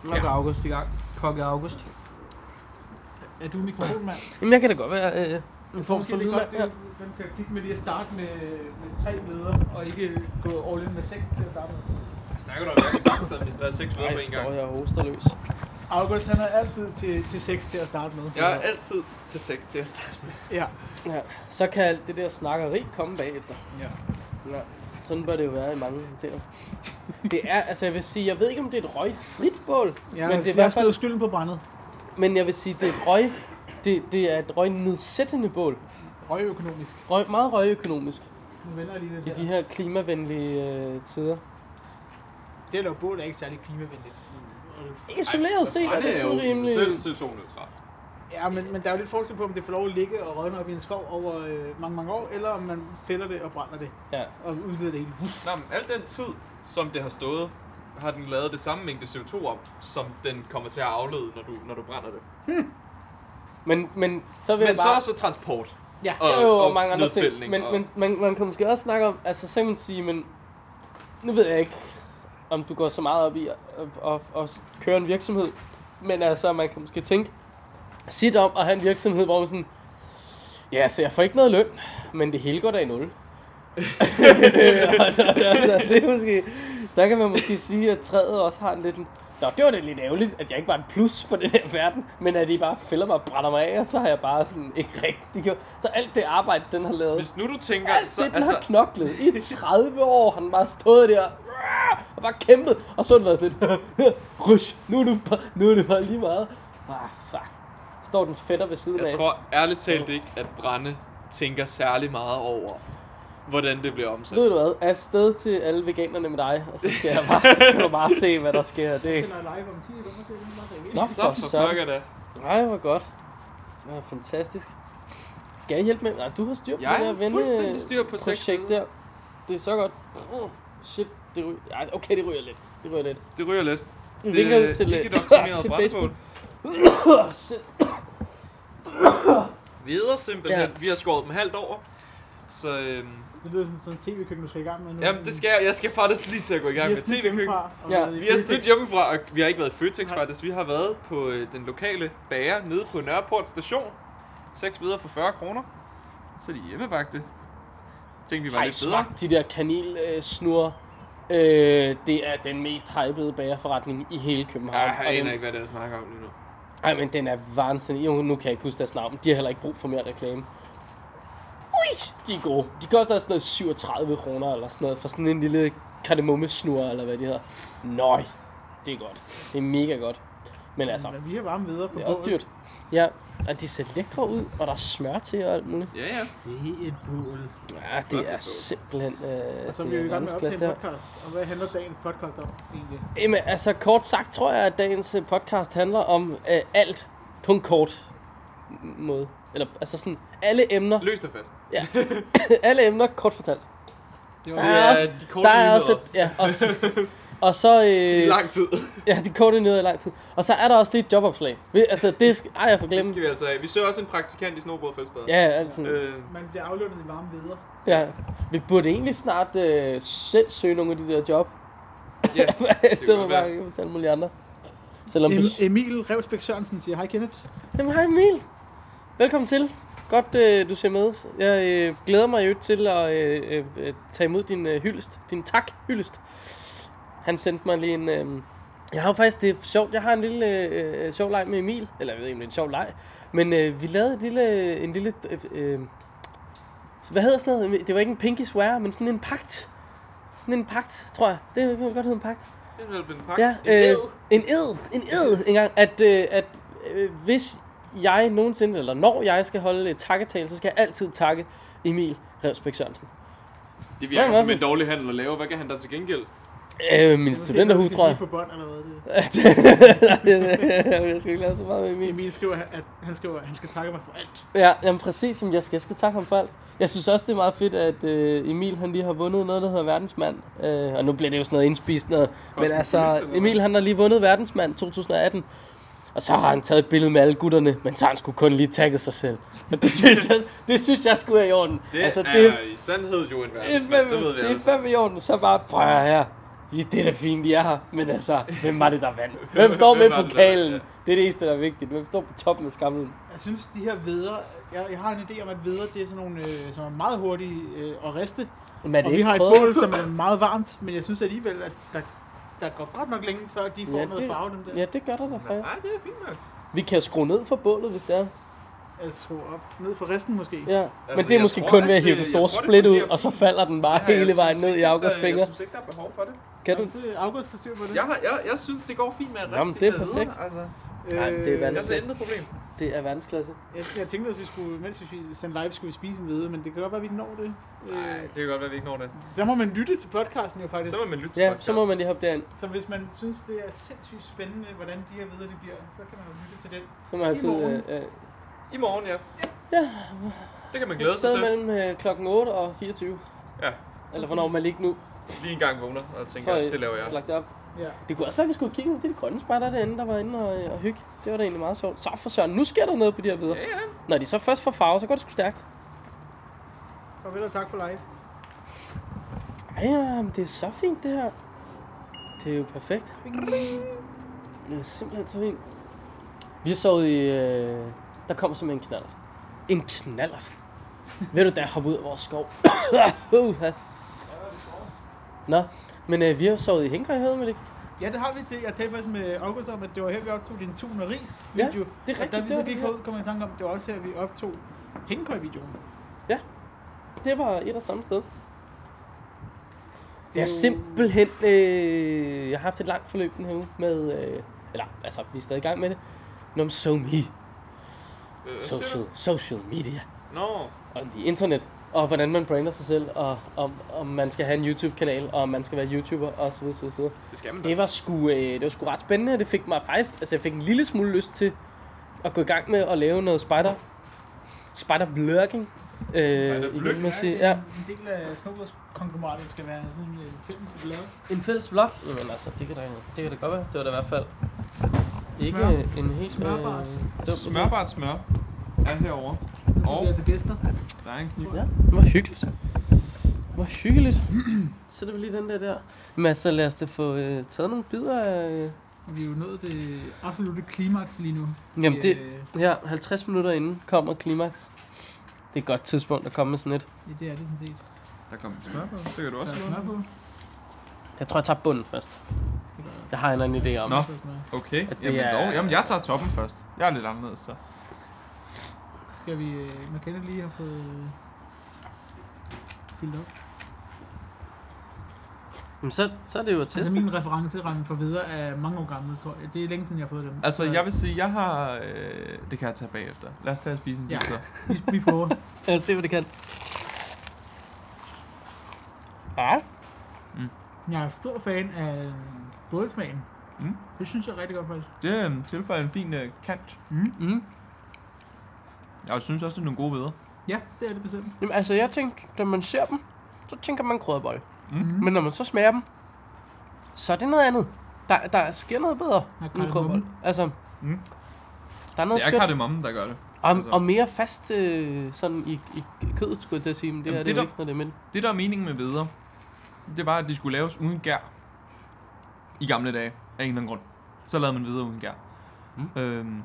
[SPEAKER 2] Nu
[SPEAKER 4] Ja.
[SPEAKER 2] går August i gang. Kokke August.
[SPEAKER 4] Er du mikrofonmand?
[SPEAKER 2] Jamen, jeg kan da godt være øh, en form for
[SPEAKER 4] Måske det er
[SPEAKER 2] lydmand.
[SPEAKER 4] godt, det
[SPEAKER 2] Ja.
[SPEAKER 4] er den taktik med lige at starte med, med tre leder, og ikke gå all in med seks til at starte med.
[SPEAKER 3] Jeg snakker du om, jeg kan sagtens administrere seks videre
[SPEAKER 2] Ej, står jeg og hoster løs.
[SPEAKER 4] August, han er altid til, til seks til at starte med.
[SPEAKER 3] altid til seks til at starte.
[SPEAKER 4] ja.
[SPEAKER 2] Ja. Så kan alt det der snakkeri komme bagefter.
[SPEAKER 4] ja.
[SPEAKER 2] Ja. Sådan bør det jo være i mange ting. Det er, altså jeg vil sige, jeg ved ikke om det er et røgfrit bål, men, det er i
[SPEAKER 4] Ja, jeg har
[SPEAKER 2] hvert
[SPEAKER 4] spillet
[SPEAKER 2] fald,
[SPEAKER 4] skylden på brændet.
[SPEAKER 2] men jeg vil sige, det er et røg, det, det er et røgnedsættende bål.
[SPEAKER 4] Røgøkonomisk.
[SPEAKER 2] Røg, meget røgøkonomisk
[SPEAKER 4] Nu vender jeg lige det
[SPEAKER 2] i
[SPEAKER 4] der.
[SPEAKER 2] de her klimavenlige øh, tider.
[SPEAKER 4] Det at lave bål er ikke særlig klimavenligt. Sådan.
[SPEAKER 2] Isoleret set er det sådan rimelig...
[SPEAKER 3] CO2-neutralt.
[SPEAKER 4] Ja, men, men der er jo lidt forskel på, om det får lov at ligge og rådne op i en skov over øh, mange, mange år, eller om man fælder det og brænder det
[SPEAKER 2] Ja.
[SPEAKER 4] og udvider det hele.
[SPEAKER 3] Nå, men al den tid, som det har stået, har den lavet det samme mængde CO2 op, som den kommer til at aflede, når du, når du brænder det.
[SPEAKER 2] Men, men så vil
[SPEAKER 3] Men
[SPEAKER 2] jeg
[SPEAKER 3] så
[SPEAKER 2] bare...
[SPEAKER 3] er så transport.
[SPEAKER 4] Ja.
[SPEAKER 2] og, jo, og, og mange andre
[SPEAKER 3] nedfældning
[SPEAKER 2] ting. Men,
[SPEAKER 3] og-
[SPEAKER 2] men man, man kan måske også snakke om, altså simpelthen sige, men nu ved jeg ikke, om du går så meget op i at, at, at, at køre en virksomhed, men altså man kan måske tænke sit om at have en virksomhed, hvor man sådan, ja, så jeg får ikke noget løn, men det hele går da i nul. altså, altså, det er måske, der kan man måske sige, at træet også har en lidt en, Nå, det var da lidt ærgerligt, at jeg ikke var en plus for den her verden, men at I bare fælder mig og brænder mig af, og så har jeg bare sådan ikke rigtig gjort. Så alt det arbejde, den har lavet,
[SPEAKER 3] Hvis nu du tænker,
[SPEAKER 2] alt
[SPEAKER 3] så,
[SPEAKER 2] det, den altså... har
[SPEAKER 3] altså,
[SPEAKER 2] knoklet i 30 år, har den bare stået der og bare kæmpet, og så har den været sådan lidt, rysh, nu er, du bare, nu er det bare lige meget. Ah, fuck. Står dens fætter ved siden
[SPEAKER 3] jeg
[SPEAKER 2] af.
[SPEAKER 3] tror ærligt talt ikke, at brænde tænker særlig meget over, hvordan det bliver omsat.
[SPEAKER 2] Ved du hvad, afsted til alle veganerne med dig, og så skal, jeg bare, så skal du bare se, hvad der sker. Det...
[SPEAKER 4] Den er live om 10 minutter, så jeg kan bare tage
[SPEAKER 2] Nå,
[SPEAKER 3] Så for pokker da.
[SPEAKER 2] Nej, hvor godt. Det var fantastisk. Skal jeg hjælpe med? Nej, du har styr på
[SPEAKER 3] Jeg
[SPEAKER 2] det
[SPEAKER 3] har
[SPEAKER 2] der vende øh,
[SPEAKER 3] fuldstændig styr på sex
[SPEAKER 2] projekt
[SPEAKER 3] videre.
[SPEAKER 2] der. Det er så godt. Uh, shit, det ryger. Ej, okay, det ryger lidt. Det ryger lidt.
[SPEAKER 3] Det ryger lidt.
[SPEAKER 2] Vi
[SPEAKER 3] Det
[SPEAKER 2] vinker
[SPEAKER 3] er
[SPEAKER 2] ud til,
[SPEAKER 3] ikke et
[SPEAKER 2] øh,
[SPEAKER 3] optimeret
[SPEAKER 2] til
[SPEAKER 3] brændebål.
[SPEAKER 2] Facebook.
[SPEAKER 3] Videre simpelthen.
[SPEAKER 2] Ja.
[SPEAKER 3] Vi har skåret dem halvt over. Så øhm,
[SPEAKER 4] Det lyder som sådan en tv-køkken, du skal i gang med nu.
[SPEAKER 3] jamen, det skal jeg. Jeg skal faktisk lige til at gå i gang med tv-køkken.
[SPEAKER 2] Ja.
[SPEAKER 4] Ja,
[SPEAKER 3] Vi har snydt hjemmefra, og vi har ikke været i Føtex faktisk. Vi har været på øh, den lokale bager nede på Nørreport station. 6 videre for 40 kroner. Så er de hjemmebagte. Tænkte vi var
[SPEAKER 2] Har I
[SPEAKER 3] lidt bedre.
[SPEAKER 2] smagt de der kanelsnure? Øh, det er den mest hypede bagerforretning i hele København.
[SPEAKER 3] Ja,
[SPEAKER 2] Og
[SPEAKER 3] jeg
[SPEAKER 2] den-
[SPEAKER 3] aner ikke, hvad det er, jeg snakker om lige nu.
[SPEAKER 2] Ej, men den er vanvittig. Jo, nu kan jeg ikke huske deres navn. De har heller ikke brug for mere reklame. Ui, de er gode. De koster sådan noget 37 kroner eller sådan noget for sådan en lille kardemommesnur eller hvad det hedder. Nøj, det er godt. Det er mega godt. Men altså,
[SPEAKER 4] Men vi er varme videre på
[SPEAKER 2] det er også
[SPEAKER 4] bålet.
[SPEAKER 2] dyrt. Ja, og de ser lækre ud, og der er smør til og alt muligt.
[SPEAKER 3] Ja, ja.
[SPEAKER 6] Se et bål.
[SPEAKER 2] Ja, det er simpelthen... Øh,
[SPEAKER 4] Og så er
[SPEAKER 2] det
[SPEAKER 4] vi jo i
[SPEAKER 2] en
[SPEAKER 4] gang med at
[SPEAKER 2] verdensklasse, det
[SPEAKER 4] optage
[SPEAKER 2] her.
[SPEAKER 4] en podcast. Og hvad handler dagens podcast om egentlig?
[SPEAKER 2] Jamen, altså kort sagt tror jeg, at dagens øh, podcast handler om øh, alt på en kort m- måde. Eller altså sådan, alle emner,
[SPEAKER 3] Løs dig fast.
[SPEAKER 2] alle emner kort fortalt.
[SPEAKER 3] Det
[SPEAKER 2] Der er også-
[SPEAKER 3] de korte
[SPEAKER 2] Der er også
[SPEAKER 3] nyheder.
[SPEAKER 2] et, øh, ja, og, s- og så... Øh,
[SPEAKER 3] lang tid.
[SPEAKER 2] Ja, de korte nyheder i lang tid. Og så er der også lige et jobopslag. Vi- Altså, det skal, ej, jeg får
[SPEAKER 3] Det
[SPEAKER 2] glemt.
[SPEAKER 3] skal vi altså af. Vi søger også en praktikant i snowboardfældsbadet.
[SPEAKER 2] Ja, altid.
[SPEAKER 3] Øh,
[SPEAKER 4] Man bliver aflønnet i varme videre.
[SPEAKER 2] Ja. Vi burde egentlig snart øh, selv søge nogle af de der job.
[SPEAKER 3] ja.
[SPEAKER 2] I stedet for
[SPEAKER 3] være.
[SPEAKER 2] bare at fortælle alle mulige andre. Selvom vi...
[SPEAKER 4] Em- Emil Revsbæk Sørensen siger, hej Kenneth.
[SPEAKER 2] Jamen, hej Emil. Velkommen til. Godt, øh, du ser med. Jeg øh, glæder mig jo til at øh, øh, øh, tage imod din øh, hyldest. Din tak-hyldest. Han sendte mig lige en... Øh, jeg har jo faktisk, det er sjovt, jeg har en lille øh, øh, sjov leg med Emil. Eller jeg ved ikke, om det er en sjov leg. Men øh, vi lavede en lille... En lille øh, øh, hvad hedder sådan noget? Det var ikke en pinky swear, men sådan en pagt. Sådan en pagt, tror jeg. Det kan vel godt hedde en pagt.
[SPEAKER 3] Det er vel blevet pakket.
[SPEAKER 2] Ja,
[SPEAKER 3] En
[SPEAKER 2] øh,
[SPEAKER 3] ed.
[SPEAKER 2] en ed, en ed, engang, at, øh, at øh, hvis jeg nogensinde, eller når jeg skal holde et takketale, så skal jeg altid takke Emil Revsbæk Sørensen.
[SPEAKER 3] Det
[SPEAKER 2] Hvad
[SPEAKER 3] virker
[SPEAKER 2] er
[SPEAKER 3] som
[SPEAKER 2] det?
[SPEAKER 3] en dårlig handel at lave. Hvad kan han der til gengæld?
[SPEAKER 2] Øh, min studenterhue, tror jeg.
[SPEAKER 4] På bånd eller hvad det er.
[SPEAKER 2] jeg skal ikke lave så meget med Emil.
[SPEAKER 4] Emil skriver, at han, skriver, at han skal takke mig for alt.
[SPEAKER 2] Ja, jamen præcis, som jeg skal, jeg skal takke ham for alt. Jeg synes også, det er meget fedt, at øh, Emil han lige har vundet noget, der hedder verdensmand. Øh, og nu bliver det jo sådan noget indspist noget. Men
[SPEAKER 3] Cosmopolis,
[SPEAKER 2] altså,
[SPEAKER 3] eller hvad?
[SPEAKER 2] Emil han har lige vundet verdensmand 2018. Og så har han taget et billede med alle gutterne, men så har han sgu kun lige tagget sig selv. Men det synes jeg, det synes jeg sgu er i orden.
[SPEAKER 3] Det
[SPEAKER 2] altså,
[SPEAKER 3] altså,
[SPEAKER 2] det,
[SPEAKER 3] er i sandhed jo en
[SPEAKER 2] det, er
[SPEAKER 3] verdensmand.
[SPEAKER 2] fem,
[SPEAKER 3] Det ved vi
[SPEAKER 2] det er
[SPEAKER 3] altså.
[SPEAKER 2] fem i orden, så bare, prøv at høre her. Ja, det er da fint, de er her. Men altså, hvem var det, der vandt? Hvem står
[SPEAKER 3] Hvem
[SPEAKER 2] med
[SPEAKER 3] var
[SPEAKER 2] på
[SPEAKER 3] det, der
[SPEAKER 2] kalen?
[SPEAKER 3] vandt?
[SPEAKER 2] Det er det eneste, der er vigtigt. Hvem står på toppen af skamlen?
[SPEAKER 4] Jeg synes, de her veder, jeg, jeg har en idé om, at veder, det er sådan nogle, øh, som er meget hurtige øh, at riste.
[SPEAKER 2] Men er det
[SPEAKER 4] og vi
[SPEAKER 2] ikke
[SPEAKER 4] har et
[SPEAKER 2] prøvet?
[SPEAKER 4] bål, som er meget varmt, men jeg synes alligevel, at der, der går godt nok længe, før de får
[SPEAKER 2] Ja,
[SPEAKER 4] ja, noget
[SPEAKER 2] det-
[SPEAKER 4] farve, dem der.
[SPEAKER 2] Ja, det gør der da faktisk.
[SPEAKER 3] Nej, det er fint nok.
[SPEAKER 2] Vi kan jo skrue ned for bålet, hvis det er.
[SPEAKER 4] Altså, skru op. Ned for resten måske. Ja.
[SPEAKER 2] Ja. Altså, Men det er
[SPEAKER 3] jeg
[SPEAKER 2] måske
[SPEAKER 3] tror
[SPEAKER 2] kun
[SPEAKER 3] ikke,
[SPEAKER 2] ved at hive den
[SPEAKER 3] det- jeg
[SPEAKER 2] store
[SPEAKER 3] tror, det
[SPEAKER 2] split ud,
[SPEAKER 3] fungerer
[SPEAKER 2] og så falder den bare
[SPEAKER 3] Ja, jeg
[SPEAKER 2] hele vejen
[SPEAKER 3] synes
[SPEAKER 2] ned i
[SPEAKER 3] ikke, der-
[SPEAKER 2] August fingre.
[SPEAKER 3] Jeg synes ikke, der er behov for det.
[SPEAKER 2] Kan du?
[SPEAKER 4] Det er August, der styrer på det.
[SPEAKER 3] Jeg, har, jeg, jeg synes, det går fint med at riste
[SPEAKER 2] Jamen, det er perfekt.
[SPEAKER 3] Altså,
[SPEAKER 2] Nej, det er
[SPEAKER 3] jeg
[SPEAKER 2] vanvittigt.
[SPEAKER 3] ser intet problem.
[SPEAKER 2] Det er verdensklasse.
[SPEAKER 4] Øh, Jeg, jeg tænkte, at vi skulle, mens vi spiste- sendte live, skulle vi spise en hvide, men det kan godt være, at vi når det.
[SPEAKER 3] Nej,
[SPEAKER 4] Øh,
[SPEAKER 3] det kan godt være, vi ikke når det.
[SPEAKER 4] så må man lytte til podcasten jo faktisk.
[SPEAKER 3] Så
[SPEAKER 4] Så,
[SPEAKER 3] må man lytte til
[SPEAKER 2] Ja,
[SPEAKER 3] podcast.
[SPEAKER 2] så må man lige hoppe derind.
[SPEAKER 4] så hvis man synes, det er sindssygt spændende, hvordan de her hvide, det bliver, så kan man jo lytte til den.
[SPEAKER 2] Så må man altid...
[SPEAKER 4] morgen.
[SPEAKER 2] Øh, øh,
[SPEAKER 3] I morgen, ja.
[SPEAKER 2] Ja.
[SPEAKER 3] Det kan man
[SPEAKER 2] et
[SPEAKER 3] glæde sig
[SPEAKER 2] sted
[SPEAKER 3] til.
[SPEAKER 2] mellem øh, klokken 8 og 24.
[SPEAKER 3] Ja.
[SPEAKER 2] Eller hvornår man ligger nu.
[SPEAKER 3] Lige en gang vågner og tænker,
[SPEAKER 2] For, øh,
[SPEAKER 3] det laver jeg.
[SPEAKER 2] Lagt det op.
[SPEAKER 4] Ja.
[SPEAKER 2] Det kunne også være, at vi skulle kigge ned til de grønne spejder derinde, der var inde og, øh, og hygge. Det var da egentlig meget sjovt. Så for søren, nu sker der noget på de her videre.
[SPEAKER 3] Ja, ja.
[SPEAKER 2] Når de så først får farve, så går det sgu stærkt.
[SPEAKER 4] Farvel og tak for live.
[SPEAKER 2] Ej, ja, men det er så fint det her. Det er jo perfekt. Det er simpelthen så fint. Vi har sovet i... Øh, der kom simpelthen en knallert. En knallert? Ved du da, hoppe ud af vores skov. Uha. Nå, men øh, vi har sovet i Hængrej, havde man ikke?
[SPEAKER 4] Ja, det har vi. Det, jeg talte faktisk med August om, at det var her, vi optog din tun og ris
[SPEAKER 2] Ja,
[SPEAKER 4] video.
[SPEAKER 2] det er
[SPEAKER 4] og da
[SPEAKER 2] rigtigt,
[SPEAKER 4] vi
[SPEAKER 2] det
[SPEAKER 4] så
[SPEAKER 2] var
[SPEAKER 4] gik
[SPEAKER 2] det her.
[SPEAKER 4] ud, kom jeg i tanke om, at det var også her, vi optog hængekøj-videoen.
[SPEAKER 2] Det var et og samme sted. Jeg
[SPEAKER 4] jo-
[SPEAKER 2] har simpelthen... Øh, jeg har haft et langt forløb den her uge med... Øh, eller, altså, vi er stadig i gang med det. Nå, men so me.
[SPEAKER 3] Øh,
[SPEAKER 2] Social, social media.
[SPEAKER 3] Nå,
[SPEAKER 2] om de internet, og hvordan man brander sig selv, og om, om man skal have en YouTube-kanal, og om man skal være YouTuber, og så videre, så videre, så videre.
[SPEAKER 3] det skal man da.
[SPEAKER 2] Det var sgu, øh, det var sgu ret spændende, og det fik mig faktisk, altså jeg fik en lille smule lyst til at gå i gang med at lave noget spider, spider-vlogging. Øh,
[SPEAKER 3] Spider-vlog?
[SPEAKER 2] igen, man sige.
[SPEAKER 4] det er
[SPEAKER 2] Ja,
[SPEAKER 4] en- En del af Snowboards konglomeratet skal være sådan en fælles, vi kan lave.
[SPEAKER 2] en fælles vlog. Jamen altså, det kan da, det kan da godt være. Det var da i hvert fald ikke
[SPEAKER 4] Smør.
[SPEAKER 2] en helt... øh,
[SPEAKER 4] Smørbart.
[SPEAKER 2] dum-
[SPEAKER 3] Smørbart smør er herovre.
[SPEAKER 4] Og
[SPEAKER 3] Og
[SPEAKER 4] vi er til gæster.
[SPEAKER 3] der er en kniv.
[SPEAKER 2] Ja, det var hyggeligt. Det var hyggeligt. Sætter vi lige den der der. Men altså, lad os da få øh, taget nogle bidder af, øh,
[SPEAKER 4] Vi er jo nået det absolutte klimaks lige nu.
[SPEAKER 2] Jamen, det,
[SPEAKER 4] Øh,
[SPEAKER 2] ja, 50 minutter inden kommer klimaks. Det er et godt tidspunkt at komme med sådan et.
[SPEAKER 4] ja, det er det sådan set.
[SPEAKER 3] Der kom en smør
[SPEAKER 4] Smør på.
[SPEAKER 3] på. Så kan du
[SPEAKER 4] Der
[SPEAKER 3] også
[SPEAKER 4] er
[SPEAKER 3] smør
[SPEAKER 4] smør på.
[SPEAKER 2] Jeg tror, jeg tager bunden først.
[SPEAKER 4] Det er der
[SPEAKER 2] Jeg har en eller anden idé om.
[SPEAKER 3] Nå.
[SPEAKER 4] også smør.
[SPEAKER 3] Okay,
[SPEAKER 2] At det
[SPEAKER 3] jamen,
[SPEAKER 2] er-
[SPEAKER 3] dog. jamen jeg tager toppen først. Jeg er lidt anderledes, så.
[SPEAKER 4] Skal vi... øh, McKenna lige har fået... øh, fyldt op.
[SPEAKER 2] Jamen, så, så er det jo at
[SPEAKER 4] Altså
[SPEAKER 2] teste.
[SPEAKER 4] min referenceramme for videre er mange år gammel, tror jeg. Det er længe siden, jeg har fået dem.
[SPEAKER 3] Altså,
[SPEAKER 4] Så
[SPEAKER 3] jeg vil sige, jeg har... Øh, det kan jeg tage bagefter. Lad os tage og spise en
[SPEAKER 4] Ja.
[SPEAKER 3] pizza. Ja.
[SPEAKER 4] Vi, vi prøver.
[SPEAKER 2] Lad os se, hvad det kan. Ja,
[SPEAKER 4] Jeg er stor fan af bålsmagen.
[SPEAKER 3] Mm.
[SPEAKER 4] Det synes jeg er rigtig godt, faktisk.
[SPEAKER 3] Det øh, tilføjer en fin øh, kant.
[SPEAKER 4] Mm.
[SPEAKER 2] mm.
[SPEAKER 3] Jeg synes også, det er nogle gode veder.
[SPEAKER 4] Ja, det er det bestemt.
[SPEAKER 2] Jamen, altså, jeg tænkte, da man ser dem, så tænker man krydderbolle.
[SPEAKER 4] Mm.
[SPEAKER 2] Men når man så smager dem, så er det noget andet. Der, der sker noget bedre
[SPEAKER 4] Der er
[SPEAKER 2] end
[SPEAKER 4] kardemomme.
[SPEAKER 2] krydderbolle. Altså,
[SPEAKER 3] Mm.
[SPEAKER 2] der er noget
[SPEAKER 3] Det er
[SPEAKER 2] skønt.
[SPEAKER 3] kardemommen, der gør det.
[SPEAKER 2] Og,
[SPEAKER 3] Altså.
[SPEAKER 2] og mere fast øh, sådan i, i kødet, skulle jeg til at sige, men det
[SPEAKER 3] Jamen,
[SPEAKER 2] Jamen, er det,
[SPEAKER 3] det
[SPEAKER 2] det jo
[SPEAKER 3] der-
[SPEAKER 2] ikke, når det er mindre.
[SPEAKER 3] Det, der er meningen med veder, det var, at de skulle laves uden gær. I gamle dage, af en eller anden grund. Så lavede man videre uden gær.
[SPEAKER 2] Mm.
[SPEAKER 3] Øhm,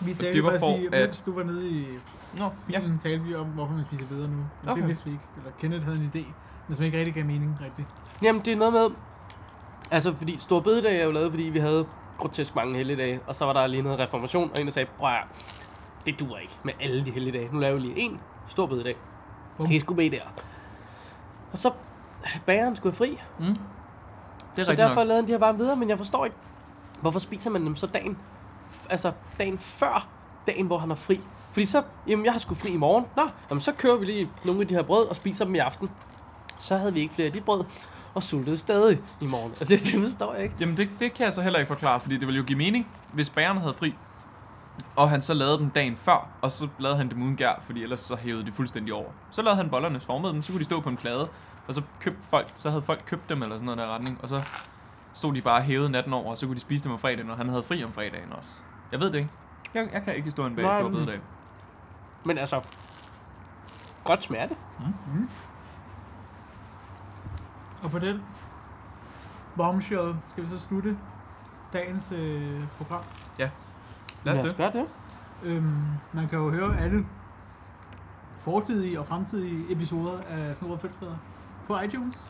[SPEAKER 4] Vi talte
[SPEAKER 3] det var
[SPEAKER 4] faktisk
[SPEAKER 3] for,
[SPEAKER 4] lige,
[SPEAKER 3] at-
[SPEAKER 4] mens du var nede i
[SPEAKER 3] nå,
[SPEAKER 2] Mm.
[SPEAKER 3] ja.
[SPEAKER 4] bilen, talte vi om, hvorfor man spiser videre nu. Men
[SPEAKER 3] Okay.
[SPEAKER 4] Det vidste vi ikke. Eller Kenneth havde en idé, men som ikke rigtig gav mening rigtigt.
[SPEAKER 2] Jamen, det er noget med... Altså, fordi Stor Bededag er jo lavet, fordi vi havde grotesk mange helligdage, og så var der lige noget reformation, og en der sagde, prøv at høre, det duer ikke med alle de helligdage. Nu laver vi lige en Stor Bededag.
[SPEAKER 4] Bum.
[SPEAKER 2] Helt skulle med der. Og så bageren skulle have fri,
[SPEAKER 3] Mm. Det er
[SPEAKER 2] så
[SPEAKER 3] rigtigt
[SPEAKER 2] derfor
[SPEAKER 3] nok.
[SPEAKER 2] lavede de her varme videre, men jeg forstår ikke, hvorfor spiser man dem så dagen, altså dagen før dagen, hvor han har fri. Fordi så, jamen jeg har sgu fri i morgen. Nå, jamen så kører vi lige nogle af de her brød og spiser dem i aften. Så havde vi ikke flere af de brød og sultede stadig i morgen. Altså det forstår jeg ikke.
[SPEAKER 3] Jamen, det, det kan jeg så heller ikke forklare, fordi det ville jo give mening, hvis bageren havde fri, og han så lavede dem dagen før, og så lavede han dem uden gær, fordi ellers så hævede de fuldstændig over. Så lavede han bollerne, formede dem, så kunne de stå på en plade, og så købte folk, så havde folk købt dem eller sådan noget der retning, og så stod de bare hævet natten over, og så kunne de spise dem om fredagen, og han havde fri om fredagen også. Jeg ved det ikke. Jeg, jeg kan ikke historien bag
[SPEAKER 2] Nej,
[SPEAKER 3] stor
[SPEAKER 2] men-
[SPEAKER 3] bededag.
[SPEAKER 2] Men altså, godt smerte.
[SPEAKER 4] Og på den bombshell skal vi så slutte dagens øh, program.
[SPEAKER 3] Lad os det.
[SPEAKER 2] gøre det.
[SPEAKER 4] Øhm, man kan jo høre alle fortidige og fremtidige episoder af Snorre Fældsbader på iTunes,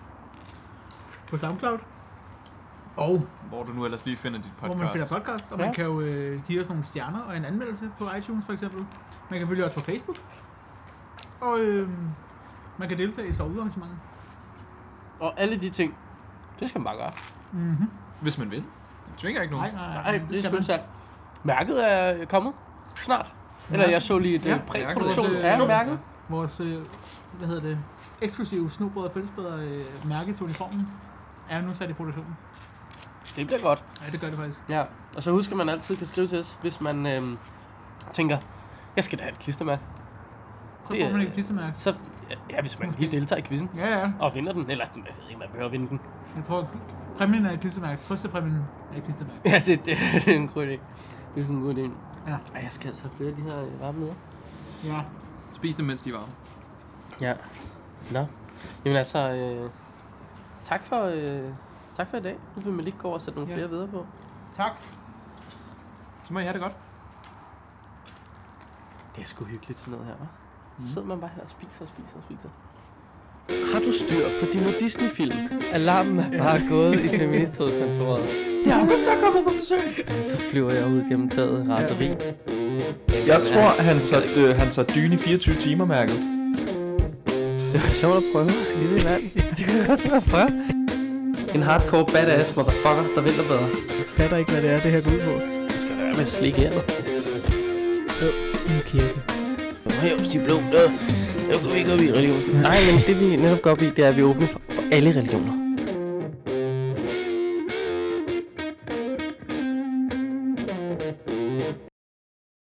[SPEAKER 4] på Soundcloud, og
[SPEAKER 3] Hvor du nu ellers lige finder dit
[SPEAKER 4] podcast. hvor man
[SPEAKER 3] podcast.
[SPEAKER 4] finder podcast, og
[SPEAKER 2] Ja.
[SPEAKER 4] man kan jo øh, give os nogle stjerner og en anmeldelse på iTunes for eksempel. Man kan følge os på Facebook, og øh, man kan deltage i sovearrangementer.
[SPEAKER 2] Og alle de ting, det skal man bare gøre.
[SPEAKER 4] Mm-hmm.
[SPEAKER 3] Hvis man vil. Jeg tvinger ikke
[SPEAKER 4] Nej,
[SPEAKER 3] nogen.
[SPEAKER 4] nej,
[SPEAKER 2] Ej, det
[SPEAKER 4] skal
[SPEAKER 2] er
[SPEAKER 4] man.
[SPEAKER 2] selvfølgelig Mærket er kommet snart. Eller
[SPEAKER 4] Ja.
[SPEAKER 2] jeg så lige et
[SPEAKER 4] Ja,
[SPEAKER 2] ja, præproduktion
[SPEAKER 4] mærket er-
[SPEAKER 2] af mærket.
[SPEAKER 4] Vores, øh, hvad hedder det, eksklusive snobrød og fællesbæder øh, mærke til uniformen er nu sat i produktionen.
[SPEAKER 2] Det bliver godt.
[SPEAKER 4] Ja, det gør det faktisk.
[SPEAKER 2] Ja, og så husker man altid kan skrive til os, hvis man øhm, tænker, jeg skal da have et klistermærke.
[SPEAKER 4] Så
[SPEAKER 2] Det
[SPEAKER 4] får man
[SPEAKER 2] er-
[SPEAKER 4] et klistermærke.
[SPEAKER 2] Så, ja, hvis man lige deltager i quizzen
[SPEAKER 4] Ja, ja.
[SPEAKER 2] og vinder den, eller jeg ved ikke, man behøver at vinde den.
[SPEAKER 4] Jeg tror, præmien er et klistermærke. Trøstepræmien er et klistermærke.
[SPEAKER 2] Ja, det, det, det er en god idé. Det er sgu en god idé.
[SPEAKER 4] Ja.
[SPEAKER 2] Ej, jeg skal altså have flere af de her øh, varme møder.
[SPEAKER 4] Ja.
[SPEAKER 3] Spis dem, mens de var.
[SPEAKER 2] Ja. Nå. Jamen altså, øh, tak, for, øh, tak for i dag. Nu vil man lige gå over og sætte nogle
[SPEAKER 4] Ja.
[SPEAKER 2] flere videre på.
[SPEAKER 4] Tak.
[SPEAKER 3] Så må I have det godt.
[SPEAKER 2] Det er sgu hyggeligt sådan noget her, hva'? Så sidder man bare her og spiser og spiser og spiser.
[SPEAKER 1] Har du styr på dine Disney-film?
[SPEAKER 2] Alarmen er bare gået i feministhovedkontoret. Det er August, der er kommet på besøg. Så flyver jeg ud gennem taget i raseri.
[SPEAKER 3] Jeg tror, han tager, øh, han tager dyne 24 timer mærket.
[SPEAKER 2] Det var sjovt at prøve at skide i vand. Det kunne jeg også være at prøve.
[SPEAKER 1] En hardcore badass motherfucker, der vil dig bedre.
[SPEAKER 4] Jeg fatter ikke, hvad det er, det her går ud på.
[SPEAKER 2] Du skal være med slik her.
[SPEAKER 4] En kirke.
[SPEAKER 2] Nu er jeg de blå. Nå, Nu går vi ikke op i religionen. Nej, men det vi netop går op i, det er, at vi er åbne for, for alle religioner.